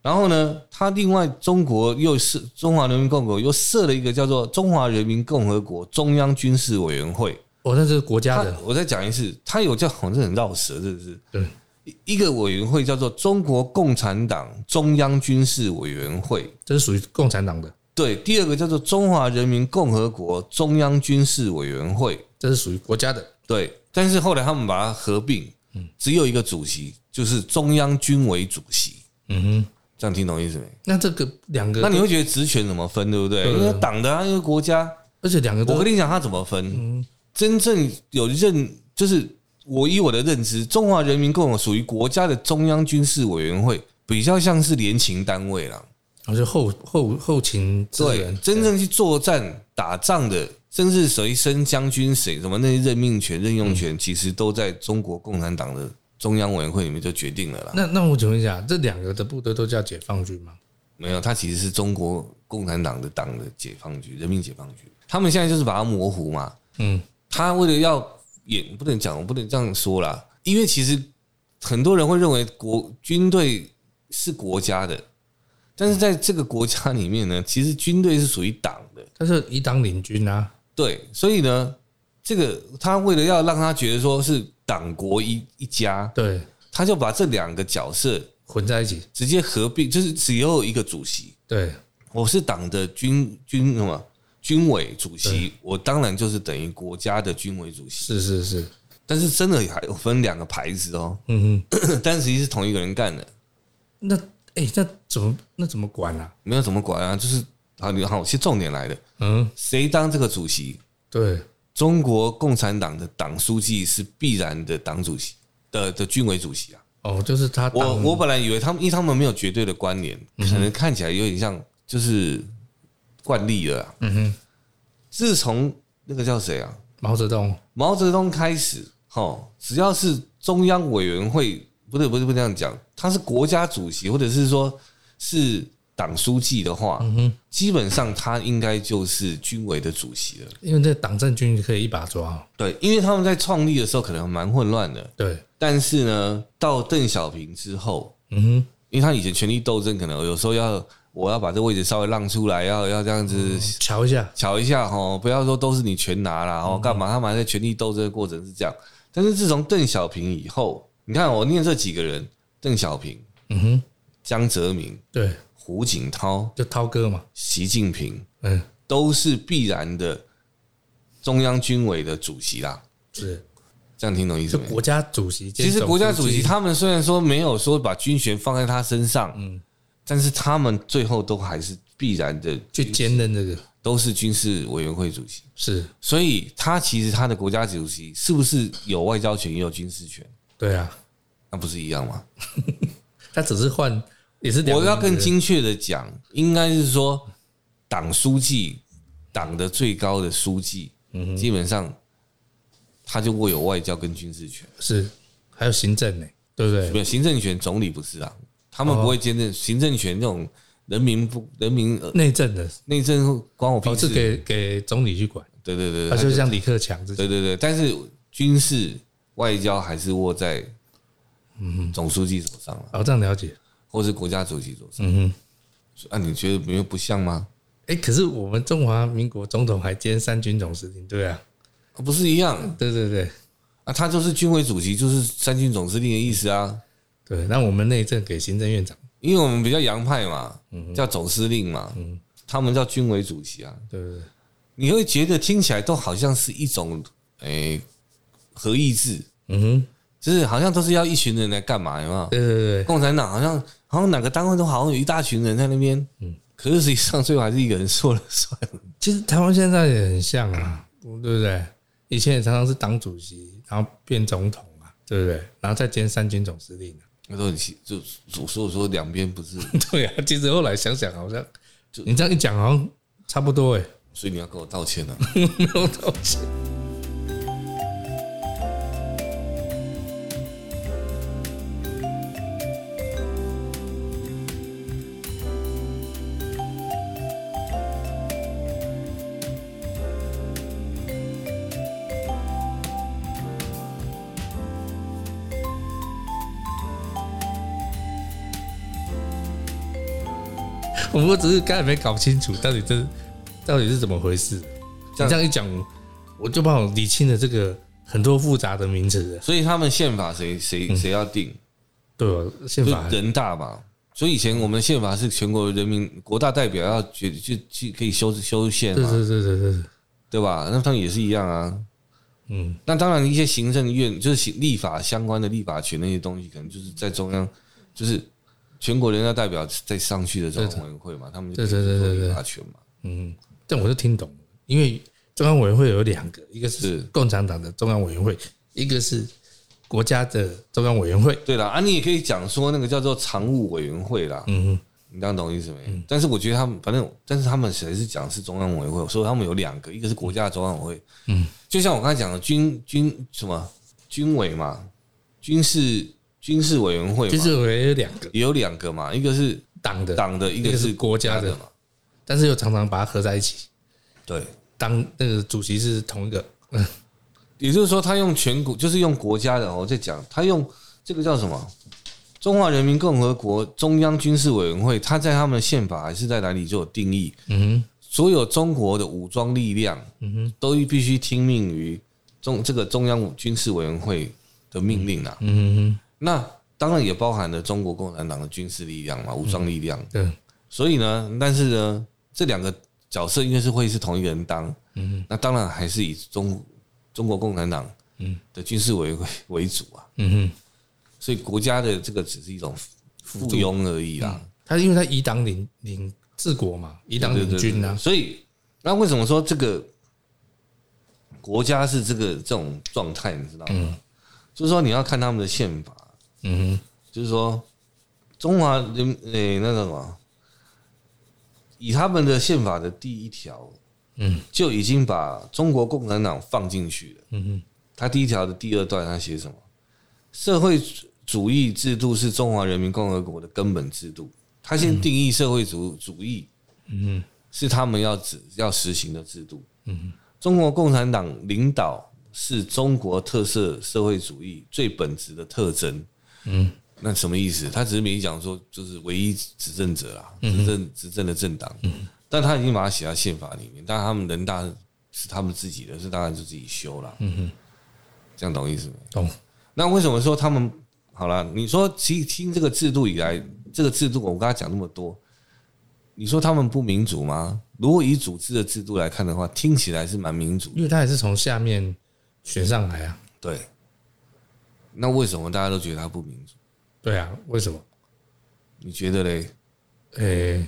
[SPEAKER 2] 然后呢，它另外中国又是中华人民共和国又设了一个叫做中华人民共和国中央军事委员会。
[SPEAKER 1] 哦，那是国家
[SPEAKER 2] 它
[SPEAKER 1] 的，
[SPEAKER 2] 我再讲一次，它有叫，好像很绕舌，这是
[SPEAKER 1] 对，
[SPEAKER 2] 一一个委员会叫做中国共产党中央军事委员会。
[SPEAKER 1] 这是属于共产党的，
[SPEAKER 2] 对，第二个叫做中华人民共和国中央军事委员会。
[SPEAKER 1] 这是属于国家的，
[SPEAKER 2] 对，但是后来他们把它合并，
[SPEAKER 1] 嗯
[SPEAKER 2] 只有一个主席，就是中央军委主席。
[SPEAKER 1] 嗯哼，
[SPEAKER 2] 这样听懂意思没？
[SPEAKER 1] 那这个两个，
[SPEAKER 2] 那你会觉得职权怎么分，对不对？
[SPEAKER 1] 对
[SPEAKER 2] 因为党的、啊，因为国家。
[SPEAKER 1] 而且两个
[SPEAKER 2] 我
[SPEAKER 1] 都嗯
[SPEAKER 2] 跟你讲，他怎么分？真正有任就是我以我的认知，中华人民共和国属于国家的中央军事委员会，比较像是联勤单位啦。
[SPEAKER 1] 然后就后后后勤支
[SPEAKER 2] 对
[SPEAKER 1] 援，，
[SPEAKER 2] 真正去作战打仗的，甚至谁升将军谁什么那些任命权、任用
[SPEAKER 1] 嗯
[SPEAKER 2] 权，其实都在中国共产党的中央委员会里面就决定了啦。
[SPEAKER 1] 那那我请问一下，这两个的部队都叫解放军吗？
[SPEAKER 2] 没有，它其实是中国共产党的党的解放军、人民解放军，他们现在就是把它模糊嘛。
[SPEAKER 1] 嗯，
[SPEAKER 2] 他为了要演，不能讲，我不能这样说啦，因为其实很多人会认为国军队是国家的，但是在这个国家里面呢，其实军队是属于党的，
[SPEAKER 1] 但是以党领军啊，
[SPEAKER 2] 对，所以呢，这个他为了要让他觉得说是党国一一家，
[SPEAKER 1] 对，
[SPEAKER 2] 他就把这两个角色
[SPEAKER 1] 混在一起，
[SPEAKER 2] 直接合并，就是只有一个主席，
[SPEAKER 1] 对，
[SPEAKER 2] 我是党的军军什么军委主席，我当然就是等于国家的军委主席。
[SPEAKER 1] 是是是，
[SPEAKER 2] 但是真的还有分两个牌子哦， [LAUGHS]
[SPEAKER 1] 嗯哼，
[SPEAKER 2] 但实际是同一个人干的，
[SPEAKER 1] 那哎、那怎么那怎么管啊？
[SPEAKER 2] 没有怎么管啊。就是好，你好，是重点来了，
[SPEAKER 1] 嗯，
[SPEAKER 2] 谁当这个主席？
[SPEAKER 1] 对，
[SPEAKER 2] 中国共产党的党书记是必然的党主席的的军委主席啊。
[SPEAKER 1] 哦，就是他
[SPEAKER 2] 我
[SPEAKER 1] 党
[SPEAKER 2] 我本来以为他们，因为他们没有绝对的关联，
[SPEAKER 1] 嗯
[SPEAKER 2] 可能看起来有点像就是惯例了、啊。
[SPEAKER 1] 嗯哼，
[SPEAKER 2] 自从那个叫谁啊，
[SPEAKER 1] 毛泽东，
[SPEAKER 2] 毛泽东开始，哈，只要是中央委员会，不对，不是不这样讲，他是国家主席，或者是说是党书记的话，
[SPEAKER 1] 嗯
[SPEAKER 2] 基本上他应该就是军委的主席了。
[SPEAKER 1] 因为这党政军可以一把抓，啊
[SPEAKER 2] 对，因为他们在创立的时候可能蛮混乱的，
[SPEAKER 1] 对，
[SPEAKER 2] 但是呢，到邓小平之后，
[SPEAKER 1] 嗯哼，
[SPEAKER 2] 因为他以前权力斗争，可能有时候要我要把这位置稍微让出来，要要这样子
[SPEAKER 1] 瞧一下，
[SPEAKER 2] 瞧一下哈，不要说都是你全拿
[SPEAKER 1] 嗯
[SPEAKER 2] 啦，哦，干嘛？他们还在权力斗争的过程是这样。但是自从邓小平以后，你看我念这几个人：邓小平、
[SPEAKER 1] 嗯哼，
[SPEAKER 2] 江泽民、
[SPEAKER 1] 对，
[SPEAKER 2] 胡锦涛、
[SPEAKER 1] 就涛哥嘛，
[SPEAKER 2] 习近平，
[SPEAKER 1] 嗯，
[SPEAKER 2] 都是必然的中央军委的主席啦。
[SPEAKER 1] 是，
[SPEAKER 2] 这样听懂意思
[SPEAKER 1] 就
[SPEAKER 2] 没？
[SPEAKER 1] 国家主席兼
[SPEAKER 2] 其实
[SPEAKER 1] 总
[SPEAKER 2] 国家主
[SPEAKER 1] 记
[SPEAKER 2] 席他们虽然说没有说把军权放在他身上，嗯，但是他们最后都还是必然的，
[SPEAKER 1] 去兼任这个，
[SPEAKER 2] 都是军事委员会主席。
[SPEAKER 1] 是
[SPEAKER 2] 所以他其实他的国家主席是不是有外交权也有军事权？
[SPEAKER 1] 对啊，
[SPEAKER 2] 那不是一样吗？
[SPEAKER 1] 他只是换，也是两
[SPEAKER 2] 我
[SPEAKER 1] 个
[SPEAKER 2] 要
[SPEAKER 1] 名
[SPEAKER 2] 更
[SPEAKER 1] 字
[SPEAKER 2] 精确的讲，应该是说党书记，党的最高的书记，
[SPEAKER 1] 嗯
[SPEAKER 2] 基本上他就握有外交跟军事权，
[SPEAKER 1] 是，还有行政呢，对不对？
[SPEAKER 2] 没有行政权总理不是啊，他们
[SPEAKER 1] 哦
[SPEAKER 2] 不会兼任行政权这种人民不人民呃
[SPEAKER 1] 内政的，
[SPEAKER 2] 内政关我屁
[SPEAKER 1] 哦，是
[SPEAKER 2] 事，
[SPEAKER 1] 给啊给总理去管，
[SPEAKER 2] 对对对，
[SPEAKER 1] 他
[SPEAKER 2] 他
[SPEAKER 1] 就像李克强这些，
[SPEAKER 2] 对对对，但是军事外交还是握在
[SPEAKER 1] 嗯
[SPEAKER 2] 总书记手上了。
[SPEAKER 1] 哦，这样了解，
[SPEAKER 2] 或是国家主席做上。
[SPEAKER 1] 嗯哼。
[SPEAKER 2] 啊，你觉得没有不像吗？
[SPEAKER 1] 哎、可是我们中华民国总统还兼三军总司令，对啊，
[SPEAKER 2] 啊不是一样
[SPEAKER 1] 对对对
[SPEAKER 2] 啊，他就是军委主席，就是三军总司令的意思啊。
[SPEAKER 1] 对，那我们内政给行政院长，
[SPEAKER 2] 因为我们比较洋派嘛，
[SPEAKER 1] 嗯
[SPEAKER 2] 叫总司令嘛，他们叫军委主席啊。
[SPEAKER 1] 对不对？
[SPEAKER 2] 你会觉得听起来都好像是一种诶、合意制，
[SPEAKER 1] 嗯哼，
[SPEAKER 2] 就是好像都是要一群人来干嘛，有没有？
[SPEAKER 1] 对对对，
[SPEAKER 2] 共产党好像好像哪个单位都好像有一大群人在那边，
[SPEAKER 1] 嗯
[SPEAKER 2] 可是实际上最后还是一个人说了算。
[SPEAKER 1] 其实台湾现在也很像啊，对不对？以前也常常是党主席，然后变总统啊，对不对？然后再兼三军总司令、啊， [LAUGHS]
[SPEAKER 2] 那时候你其就所所以说两边不是
[SPEAKER 1] 对啊。其实后来想想，好像你这样一讲，好像差不多哎、
[SPEAKER 2] 所以你要跟我道歉啊！
[SPEAKER 1] 没有道歉。我们只是刚才没搞清楚到底这到底是怎么回事。
[SPEAKER 2] 这
[SPEAKER 1] 你
[SPEAKER 2] 样
[SPEAKER 1] 这样一讲，我就帮我理清了这个很多复杂的名词了，
[SPEAKER 2] 所以他们宪法谁谁谁要定？
[SPEAKER 1] 对吧？嗯宪
[SPEAKER 2] 就
[SPEAKER 1] 法
[SPEAKER 2] 人大嘛。所以以前我们宪法是全国人民国大代表要决就去可以修修宪
[SPEAKER 1] 对
[SPEAKER 2] 嘛，
[SPEAKER 1] 对对对对，对
[SPEAKER 2] 对吧？那他们也是一样啊。
[SPEAKER 1] 嗯，
[SPEAKER 2] 那当然，一些行政院就是行立法相关的立法权那些东西，可能就是在中央，就是全国人大代表再上去的这种委员会嘛，他们就
[SPEAKER 1] 对对对对
[SPEAKER 2] 可以
[SPEAKER 1] 对
[SPEAKER 2] 立法权嘛。
[SPEAKER 1] 嗯，但我就听懂了，因为中央委员会有两个，一个是
[SPEAKER 2] 是
[SPEAKER 1] 共产党的中央委员会，一个是国家的中央委员会。
[SPEAKER 2] 对啦，啊，你也可以讲说那个叫做常务委员会啦，
[SPEAKER 1] 嗯
[SPEAKER 2] 你当然懂意思没？但是我觉得他们反正，但是他们谁是讲是中央委员会，所以他们有两个，一个是国家的中央委员会，
[SPEAKER 1] 嗯，
[SPEAKER 2] 就像我刚才讲的军军什么军委嘛，军事军事委员会
[SPEAKER 1] 其
[SPEAKER 2] 嘛，
[SPEAKER 1] 实我也有两个
[SPEAKER 2] 也有两个嘛，一个是
[SPEAKER 1] 党的，
[SPEAKER 2] 党的，一
[SPEAKER 1] 一个
[SPEAKER 2] 个
[SPEAKER 1] 是
[SPEAKER 2] 是
[SPEAKER 1] 国家的
[SPEAKER 2] 嘛，
[SPEAKER 1] 但是又常常把它合在一起。
[SPEAKER 2] 对。
[SPEAKER 1] 当那个主席是同一个，嗯，
[SPEAKER 2] 也就是说，他用全国，就是用国家的哦，我在讲，他用这个叫什么？中华人民共和国中央军事委员会，他在他们的宪法还是在哪里就有定义，
[SPEAKER 1] 嗯
[SPEAKER 2] 所有中国的武装力量，嗯都必须听命于中这个中央军事委员会的命令啊。
[SPEAKER 1] 哼嗯
[SPEAKER 2] 那当然也包含了中国共产党的军事力量嘛，武装力量。
[SPEAKER 1] 哼，对，
[SPEAKER 2] 所以呢，但是呢，这两个角色因为是会是同一个人当，嗯，那当然还是以中中国共产党
[SPEAKER 1] 嗯
[SPEAKER 2] 的军事委员会为主啊，
[SPEAKER 1] 嗯
[SPEAKER 2] 所以国家的这个只是一种附庸而已啦，
[SPEAKER 1] 哼，他因为他以党领领治国嘛，以嗯党领军
[SPEAKER 2] 对对对
[SPEAKER 1] 啊，
[SPEAKER 2] 所以那为什么说这个国家是这个这种状态，你知道吗？就是说你要看他们的宪法，
[SPEAKER 1] 嗯
[SPEAKER 2] 就是说中华人诶、那个什么，以他们的宪法的第一条，
[SPEAKER 1] 嗯，
[SPEAKER 2] 就已经把中国共产党放进去了。
[SPEAKER 1] 哼，嗯
[SPEAKER 2] 他第一条的第二段，他写什么？社会主义制度是中华人民共和国的根本制度。他先定义社会主主义
[SPEAKER 1] 哼，嗯
[SPEAKER 2] 是他们要指要实行的制度。
[SPEAKER 1] 哼，嗯
[SPEAKER 2] 中国共产党领导是中国特色社会主义最本质的特征。
[SPEAKER 1] 哼，嗯
[SPEAKER 2] 那什么意思？他只是没讲说，就是唯一执政者啊，
[SPEAKER 1] 嗯
[SPEAKER 2] 执政执政的政党，但他已经把它写到宪法里面。但他们人大是他们自己的，是当然就自己修了。
[SPEAKER 1] 嗯哼，
[SPEAKER 2] 这样懂意思没？
[SPEAKER 1] 懂，
[SPEAKER 2] 那为什么说他们好了？你说其实听这个制度以来，这个制度我刚才讲那么多，你说他们不民主吗？如果以组织的制度来看的话，听起来是蛮民主的。
[SPEAKER 1] 因为他也是从下面选上来啊，
[SPEAKER 2] 对，那为什么大家都觉得他不民主？
[SPEAKER 1] 对啊，为什么？
[SPEAKER 2] 你觉得嘞？
[SPEAKER 1] 诶、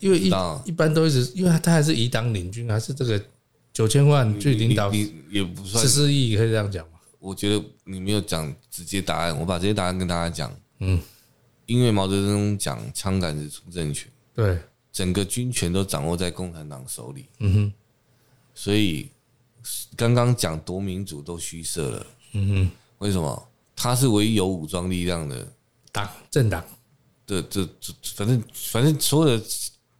[SPEAKER 1] 因为一
[SPEAKER 2] 党
[SPEAKER 1] 一般都一直，因为他还是以党领军，还是这个九千万去领导
[SPEAKER 2] 你你你也不算
[SPEAKER 1] 十四亿，可以这样讲嘛？
[SPEAKER 2] 我觉得你没有讲直接答案，我把这些答案跟大家讲。
[SPEAKER 1] 嗯，
[SPEAKER 2] 因为毛泽东讲枪杆子出政权，
[SPEAKER 1] 对，
[SPEAKER 2] 整个军权都掌握在共产党手里，
[SPEAKER 1] 嗯哼，
[SPEAKER 2] 所以刚刚讲夺民主都虚设了。
[SPEAKER 1] 嗯哼，
[SPEAKER 2] 为什么？他是唯一有武装力量的，
[SPEAKER 1] 党政党，
[SPEAKER 2] 这这这，反正反正所有的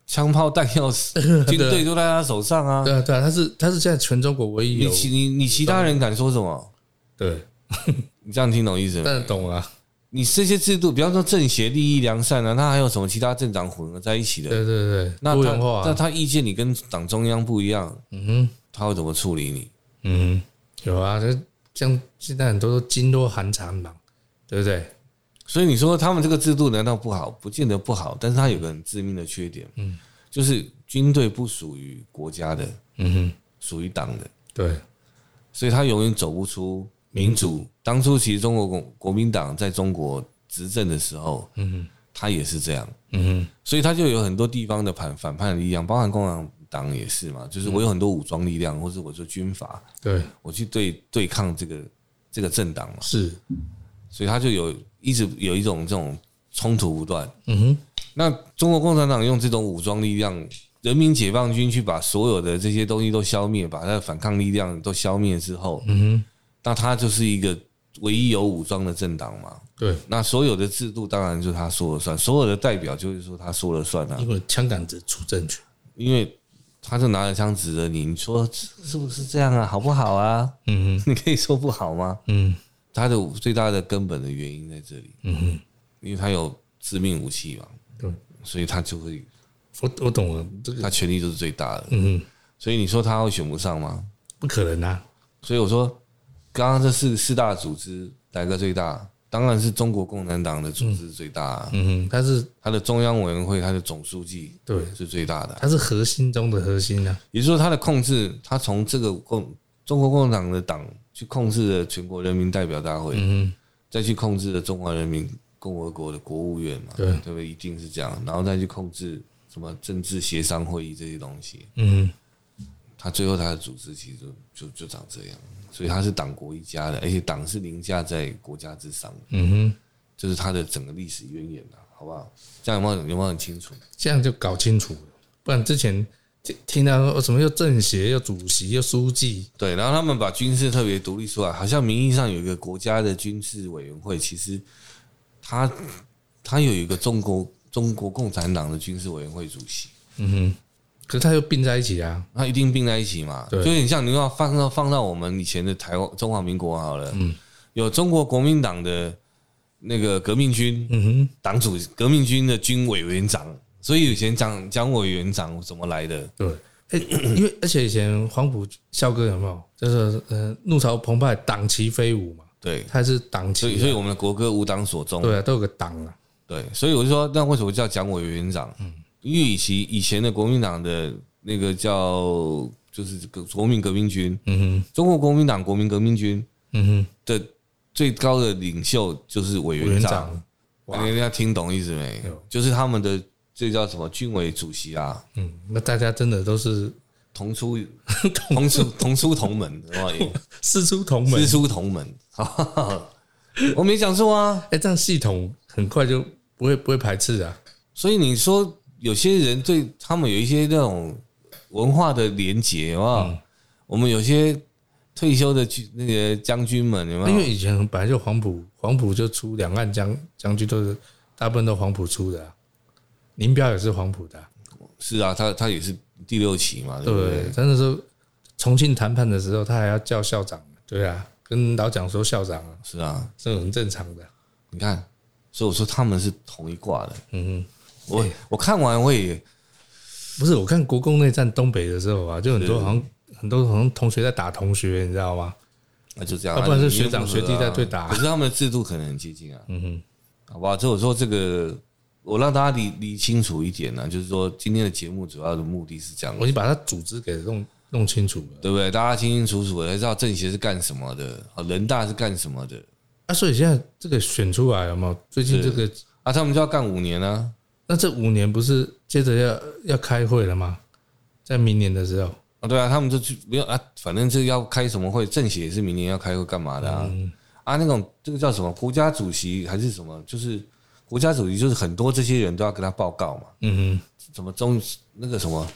[SPEAKER 2] 枪炮弹药军队都在他手上啊。
[SPEAKER 1] [LAUGHS] 对啊对啊，他是他是现在全中国唯一
[SPEAKER 2] 你
[SPEAKER 1] 有
[SPEAKER 2] 其你你其他人敢说什么？
[SPEAKER 1] 对，
[SPEAKER 2] 你这样听懂意思吗？
[SPEAKER 1] 但是懂啊，
[SPEAKER 2] 你这些制度，比方说政协利益良善啊，那还有什么其他政党混合在一起的？
[SPEAKER 1] 对对对，
[SPEAKER 2] 那
[SPEAKER 1] 多
[SPEAKER 2] 他
[SPEAKER 1] 元化
[SPEAKER 2] 那
[SPEAKER 1] 啊，
[SPEAKER 2] 他意见你跟党中央不一样，
[SPEAKER 1] 嗯哼，
[SPEAKER 2] 他会怎么处理你？
[SPEAKER 1] 嗯哼，有啊，就像现在很多都经络寒蝉嘛，对不对？
[SPEAKER 2] 所以你说他们这个制度难道不好？不见得不好，但是它有个很致命的缺点，嗯，就是军队不属于国家的，
[SPEAKER 1] 嗯哼，
[SPEAKER 2] 属于党的，
[SPEAKER 1] 对，
[SPEAKER 2] 所以他永远走不出民主。当初其实中国国国民党在中国执政的时候，
[SPEAKER 1] 嗯
[SPEAKER 2] 他也是这样，
[SPEAKER 1] 哼，嗯哼，
[SPEAKER 2] 所以他就有很多地方的反反叛力量，包含共产党也是嘛，就是我有很多武装力量，或者我做军阀，
[SPEAKER 1] 对，
[SPEAKER 2] 我去对对抗这个这个政党嘛，
[SPEAKER 1] 是，
[SPEAKER 2] 所以他就有一直有一种这种冲突不断。
[SPEAKER 1] 嗯哼，
[SPEAKER 2] 那中国共产党用这种武装力量，人民解放军去把所有的这些东西都消灭，把他的反抗力量都消灭之后，
[SPEAKER 1] 嗯哼，
[SPEAKER 2] 那他就是一个唯一有武装的政党嘛。
[SPEAKER 1] 对，
[SPEAKER 2] 那所有的制度当然就是他说了算，所有的代表就是说他说了算啊
[SPEAKER 1] 因，为枪杆子出政权，
[SPEAKER 2] 因为他就拿着枪指着你，你说是不是这样啊？好不好啊？
[SPEAKER 1] 嗯哼，
[SPEAKER 2] 你可以说不好吗？
[SPEAKER 1] 嗯
[SPEAKER 2] 他的最大的根本的原因在这里，
[SPEAKER 1] 嗯哼。
[SPEAKER 2] 因为他有致命武器嘛，
[SPEAKER 1] 对，
[SPEAKER 2] 所以他就会
[SPEAKER 1] 我我懂了，这个
[SPEAKER 2] 他权力就是最大的，
[SPEAKER 1] 嗯，
[SPEAKER 2] 所以你说他会选不上吗？
[SPEAKER 1] 不可能啊，
[SPEAKER 2] 所以我说，刚刚这四四大组织哪个最大？当然是中国共产党的组织最大、啊，
[SPEAKER 1] 嗯哼，他是
[SPEAKER 2] 他的中央委员会，他的总书记
[SPEAKER 1] 对，
[SPEAKER 2] 是最大的啊、
[SPEAKER 1] 他是核心中的核心啊，
[SPEAKER 2] 也就是说，他的控制，他从这个共中国共产党的党去控制了全国人民代表大会，
[SPEAKER 1] 嗯
[SPEAKER 2] 再去控制了中华人民共和国的国务院嘛，
[SPEAKER 1] 对
[SPEAKER 2] 对不对？一定是这样，然后再去控制什么政治协商会议这些东西，
[SPEAKER 1] 哼，嗯哼，
[SPEAKER 2] 他最后他的组织其实就就就长这样，所以他是党国一家的，而且党是凌驾在国家之上的，
[SPEAKER 1] 嗯哼，
[SPEAKER 2] 这是他的整个历史渊源啊，好不好？这样有没有有没有很清楚？
[SPEAKER 1] 这样就搞清楚了，不然之前听听到说哦什么又政协又主席又书记，
[SPEAKER 2] 对，然后他们把军事特别独立出来，好像名义上有一个国家的军事委员会，其实他他有一个中国中国共产党的军事委员会主席，
[SPEAKER 1] 嗯哼，可是他又并在一起 [COUGHS] 啊，
[SPEAKER 2] 他一定并在一起嘛，就
[SPEAKER 1] 对
[SPEAKER 2] 有点像你要放到放到我们以前的台湾中华民国好了，
[SPEAKER 1] 嗯
[SPEAKER 2] 有中国国民党的那个革命军
[SPEAKER 1] 嗯
[SPEAKER 2] 党主革命军的军委员长，所以以前讲讲委员长怎么来的
[SPEAKER 1] 哼，，对。哎，因为而且以前黄埔校歌有没有？就是呃，怒潮澎湃，党旗飞舞嘛，
[SPEAKER 2] 对，
[SPEAKER 1] 它是党
[SPEAKER 2] 所
[SPEAKER 1] 旗
[SPEAKER 2] 以
[SPEAKER 1] 啊、
[SPEAKER 2] 所以我们的国歌无党所宗，
[SPEAKER 1] 对啊，都有个党啊，
[SPEAKER 2] 对，所以我就说，那为什么叫蒋委员长？
[SPEAKER 1] 嗯
[SPEAKER 2] 因为以其以前的国民党的那个叫就是这个国民革命军，
[SPEAKER 1] 嗯
[SPEAKER 2] 中国国民党国民革命军
[SPEAKER 1] 哼，嗯
[SPEAKER 2] 的最高的领袖就是委
[SPEAKER 1] 哼，
[SPEAKER 2] 员
[SPEAKER 1] 园
[SPEAKER 2] 长。
[SPEAKER 1] 长，哇
[SPEAKER 2] 人家听懂意思没
[SPEAKER 1] 有？
[SPEAKER 2] 就是他们的这叫什么军委主席啊，
[SPEAKER 1] 嗯，那大家真的都是
[SPEAKER 2] 同
[SPEAKER 1] [LAUGHS]
[SPEAKER 2] 出同出同出同门，好不好
[SPEAKER 1] 师出同门啊
[SPEAKER 2] 师，出同门。 [LAUGHS] 我没讲错啊，
[SPEAKER 1] 哎、这样系统很快就不会不会排斥啊。
[SPEAKER 2] 所以你说有些人对他们有一些那种文化的连结啊，
[SPEAKER 1] 嗯
[SPEAKER 2] 我们有些退休的军那个将军们有没
[SPEAKER 1] 因
[SPEAKER 2] 有？
[SPEAKER 1] 为以前本来就黄埔，黄埔就出两岸将将军都是大部分都黄埔出的、啊，林彪也是黄埔的啊、
[SPEAKER 2] 是啊，他他也是第六期嘛，对
[SPEAKER 1] 对
[SPEAKER 2] 不
[SPEAKER 1] 不
[SPEAKER 2] 对？
[SPEAKER 1] 对？真的是重庆谈判的时候，他还要叫校长，对啊，跟老蒋说校长啊，
[SPEAKER 2] 是啊，
[SPEAKER 1] 这很正常的。
[SPEAKER 2] 你看，所以我说他们是同一挂的。
[SPEAKER 1] 嗯哼，
[SPEAKER 2] 我我看完我也
[SPEAKER 1] 不是，我看国共内战东北的时候啊，就很多好像很多好像同学在打同学，你知道吗？
[SPEAKER 2] 那就这样啊，
[SPEAKER 1] 要不然是
[SPEAKER 2] 你
[SPEAKER 1] 学长
[SPEAKER 2] 你又不
[SPEAKER 1] 学弟
[SPEAKER 2] 合啊
[SPEAKER 1] 在对打啊
[SPEAKER 2] 可是他们的制度可能很接近啊，
[SPEAKER 1] 嗯哼，
[SPEAKER 2] 好吧？所以我说这个，我让大家理理清楚一点呢、啊就是说今天的节目主要的目的是这样
[SPEAKER 1] 我已经把它组织给弄弄清楚了。
[SPEAKER 2] 对不对？大家清清楚楚的知道政协是干什么的，啊，人大是干什么的，
[SPEAKER 1] 啊，所以现在这个选出来了嘛，最近这个
[SPEAKER 2] 啊，他们就要干五年啊。
[SPEAKER 1] 那这五年不是接着要要开会了吗？在明年的时候，
[SPEAKER 2] 啊，对啊，他们就去没有啊，反正这要开什么会，政协也是明年要开会干嘛的啊？
[SPEAKER 1] 嗯
[SPEAKER 2] 啊，那种这个叫什么国家主席还是什么，就是国家主席，就是很多这些人都要跟他报告嘛，
[SPEAKER 1] 嗯
[SPEAKER 2] 什么中那个什么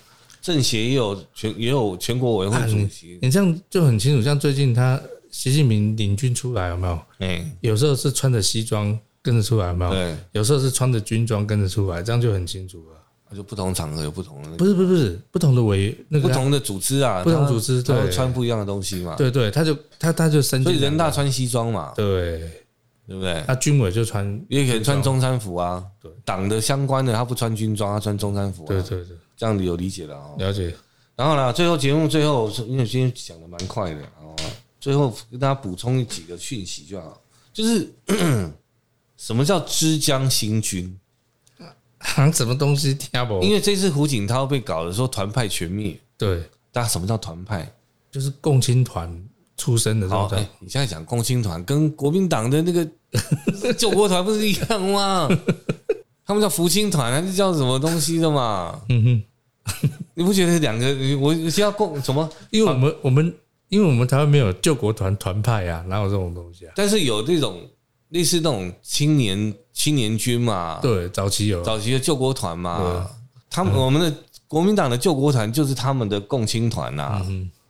[SPEAKER 2] 政协也有全也有全国委员会主
[SPEAKER 1] 哼
[SPEAKER 2] 席，，
[SPEAKER 1] 你这样就很清楚。像最近他习近平领军出来有没有？
[SPEAKER 2] 哎，
[SPEAKER 1] 有时候是穿着西装跟着出来有没有？
[SPEAKER 2] 对，
[SPEAKER 1] 有时候是穿着军装跟着出来，这样就很清楚了。
[SPEAKER 2] 就不同场合有不同的那个
[SPEAKER 1] 不是不是不是，不同的委那
[SPEAKER 2] 不
[SPEAKER 1] 个
[SPEAKER 2] 同的组织啊，
[SPEAKER 1] 不同
[SPEAKER 2] 他
[SPEAKER 1] 组织
[SPEAKER 2] 他会
[SPEAKER 1] 对
[SPEAKER 2] 穿不一样的东西嘛，
[SPEAKER 1] 对对，他就他他就升
[SPEAKER 2] 所
[SPEAKER 1] 进
[SPEAKER 2] 以
[SPEAKER 1] 来
[SPEAKER 2] 人大穿西装嘛，
[SPEAKER 1] 对，
[SPEAKER 2] 对不对？
[SPEAKER 1] 他军委就穿
[SPEAKER 2] 也可以穿中山服啊
[SPEAKER 1] 对，
[SPEAKER 2] 党的相关的他不穿军装，他穿中山服、啊，
[SPEAKER 1] 对对对，
[SPEAKER 2] 这样有理解了哦。
[SPEAKER 1] 了解。 [LAUGHS]
[SPEAKER 2] 然后呢，最后节目最后，因为今天讲的蛮快的，哦，最后跟大家补充几个讯息就好，就是 [COUGHS] 什么叫枝江新军？
[SPEAKER 1] 好像什么东西听不懂？
[SPEAKER 2] 因为这次胡锦涛被搞的时候，团派全灭。
[SPEAKER 1] 对，
[SPEAKER 2] 大家什么叫团派？
[SPEAKER 1] 就是共青团出身的这
[SPEAKER 2] 好，
[SPEAKER 1] 种
[SPEAKER 2] 哎、你现在讲共青团跟国民党的那个 [LAUGHS] 救国团不是一样吗？ [LAUGHS] 他们叫福清团还是叫什么东西的嘛？
[SPEAKER 1] 嗯哼。
[SPEAKER 2] 你不觉得两个我我现在共什么？
[SPEAKER 1] 因为我们我们因为我们台湾没有救国团团派啊，哪有这种东西啊？
[SPEAKER 2] 但是有这种类似那种青年青年军嘛，
[SPEAKER 1] 对，早期有啊，
[SPEAKER 2] 早期的救国团嘛，他们我们的国民党的救国团就是他们的共青团呐、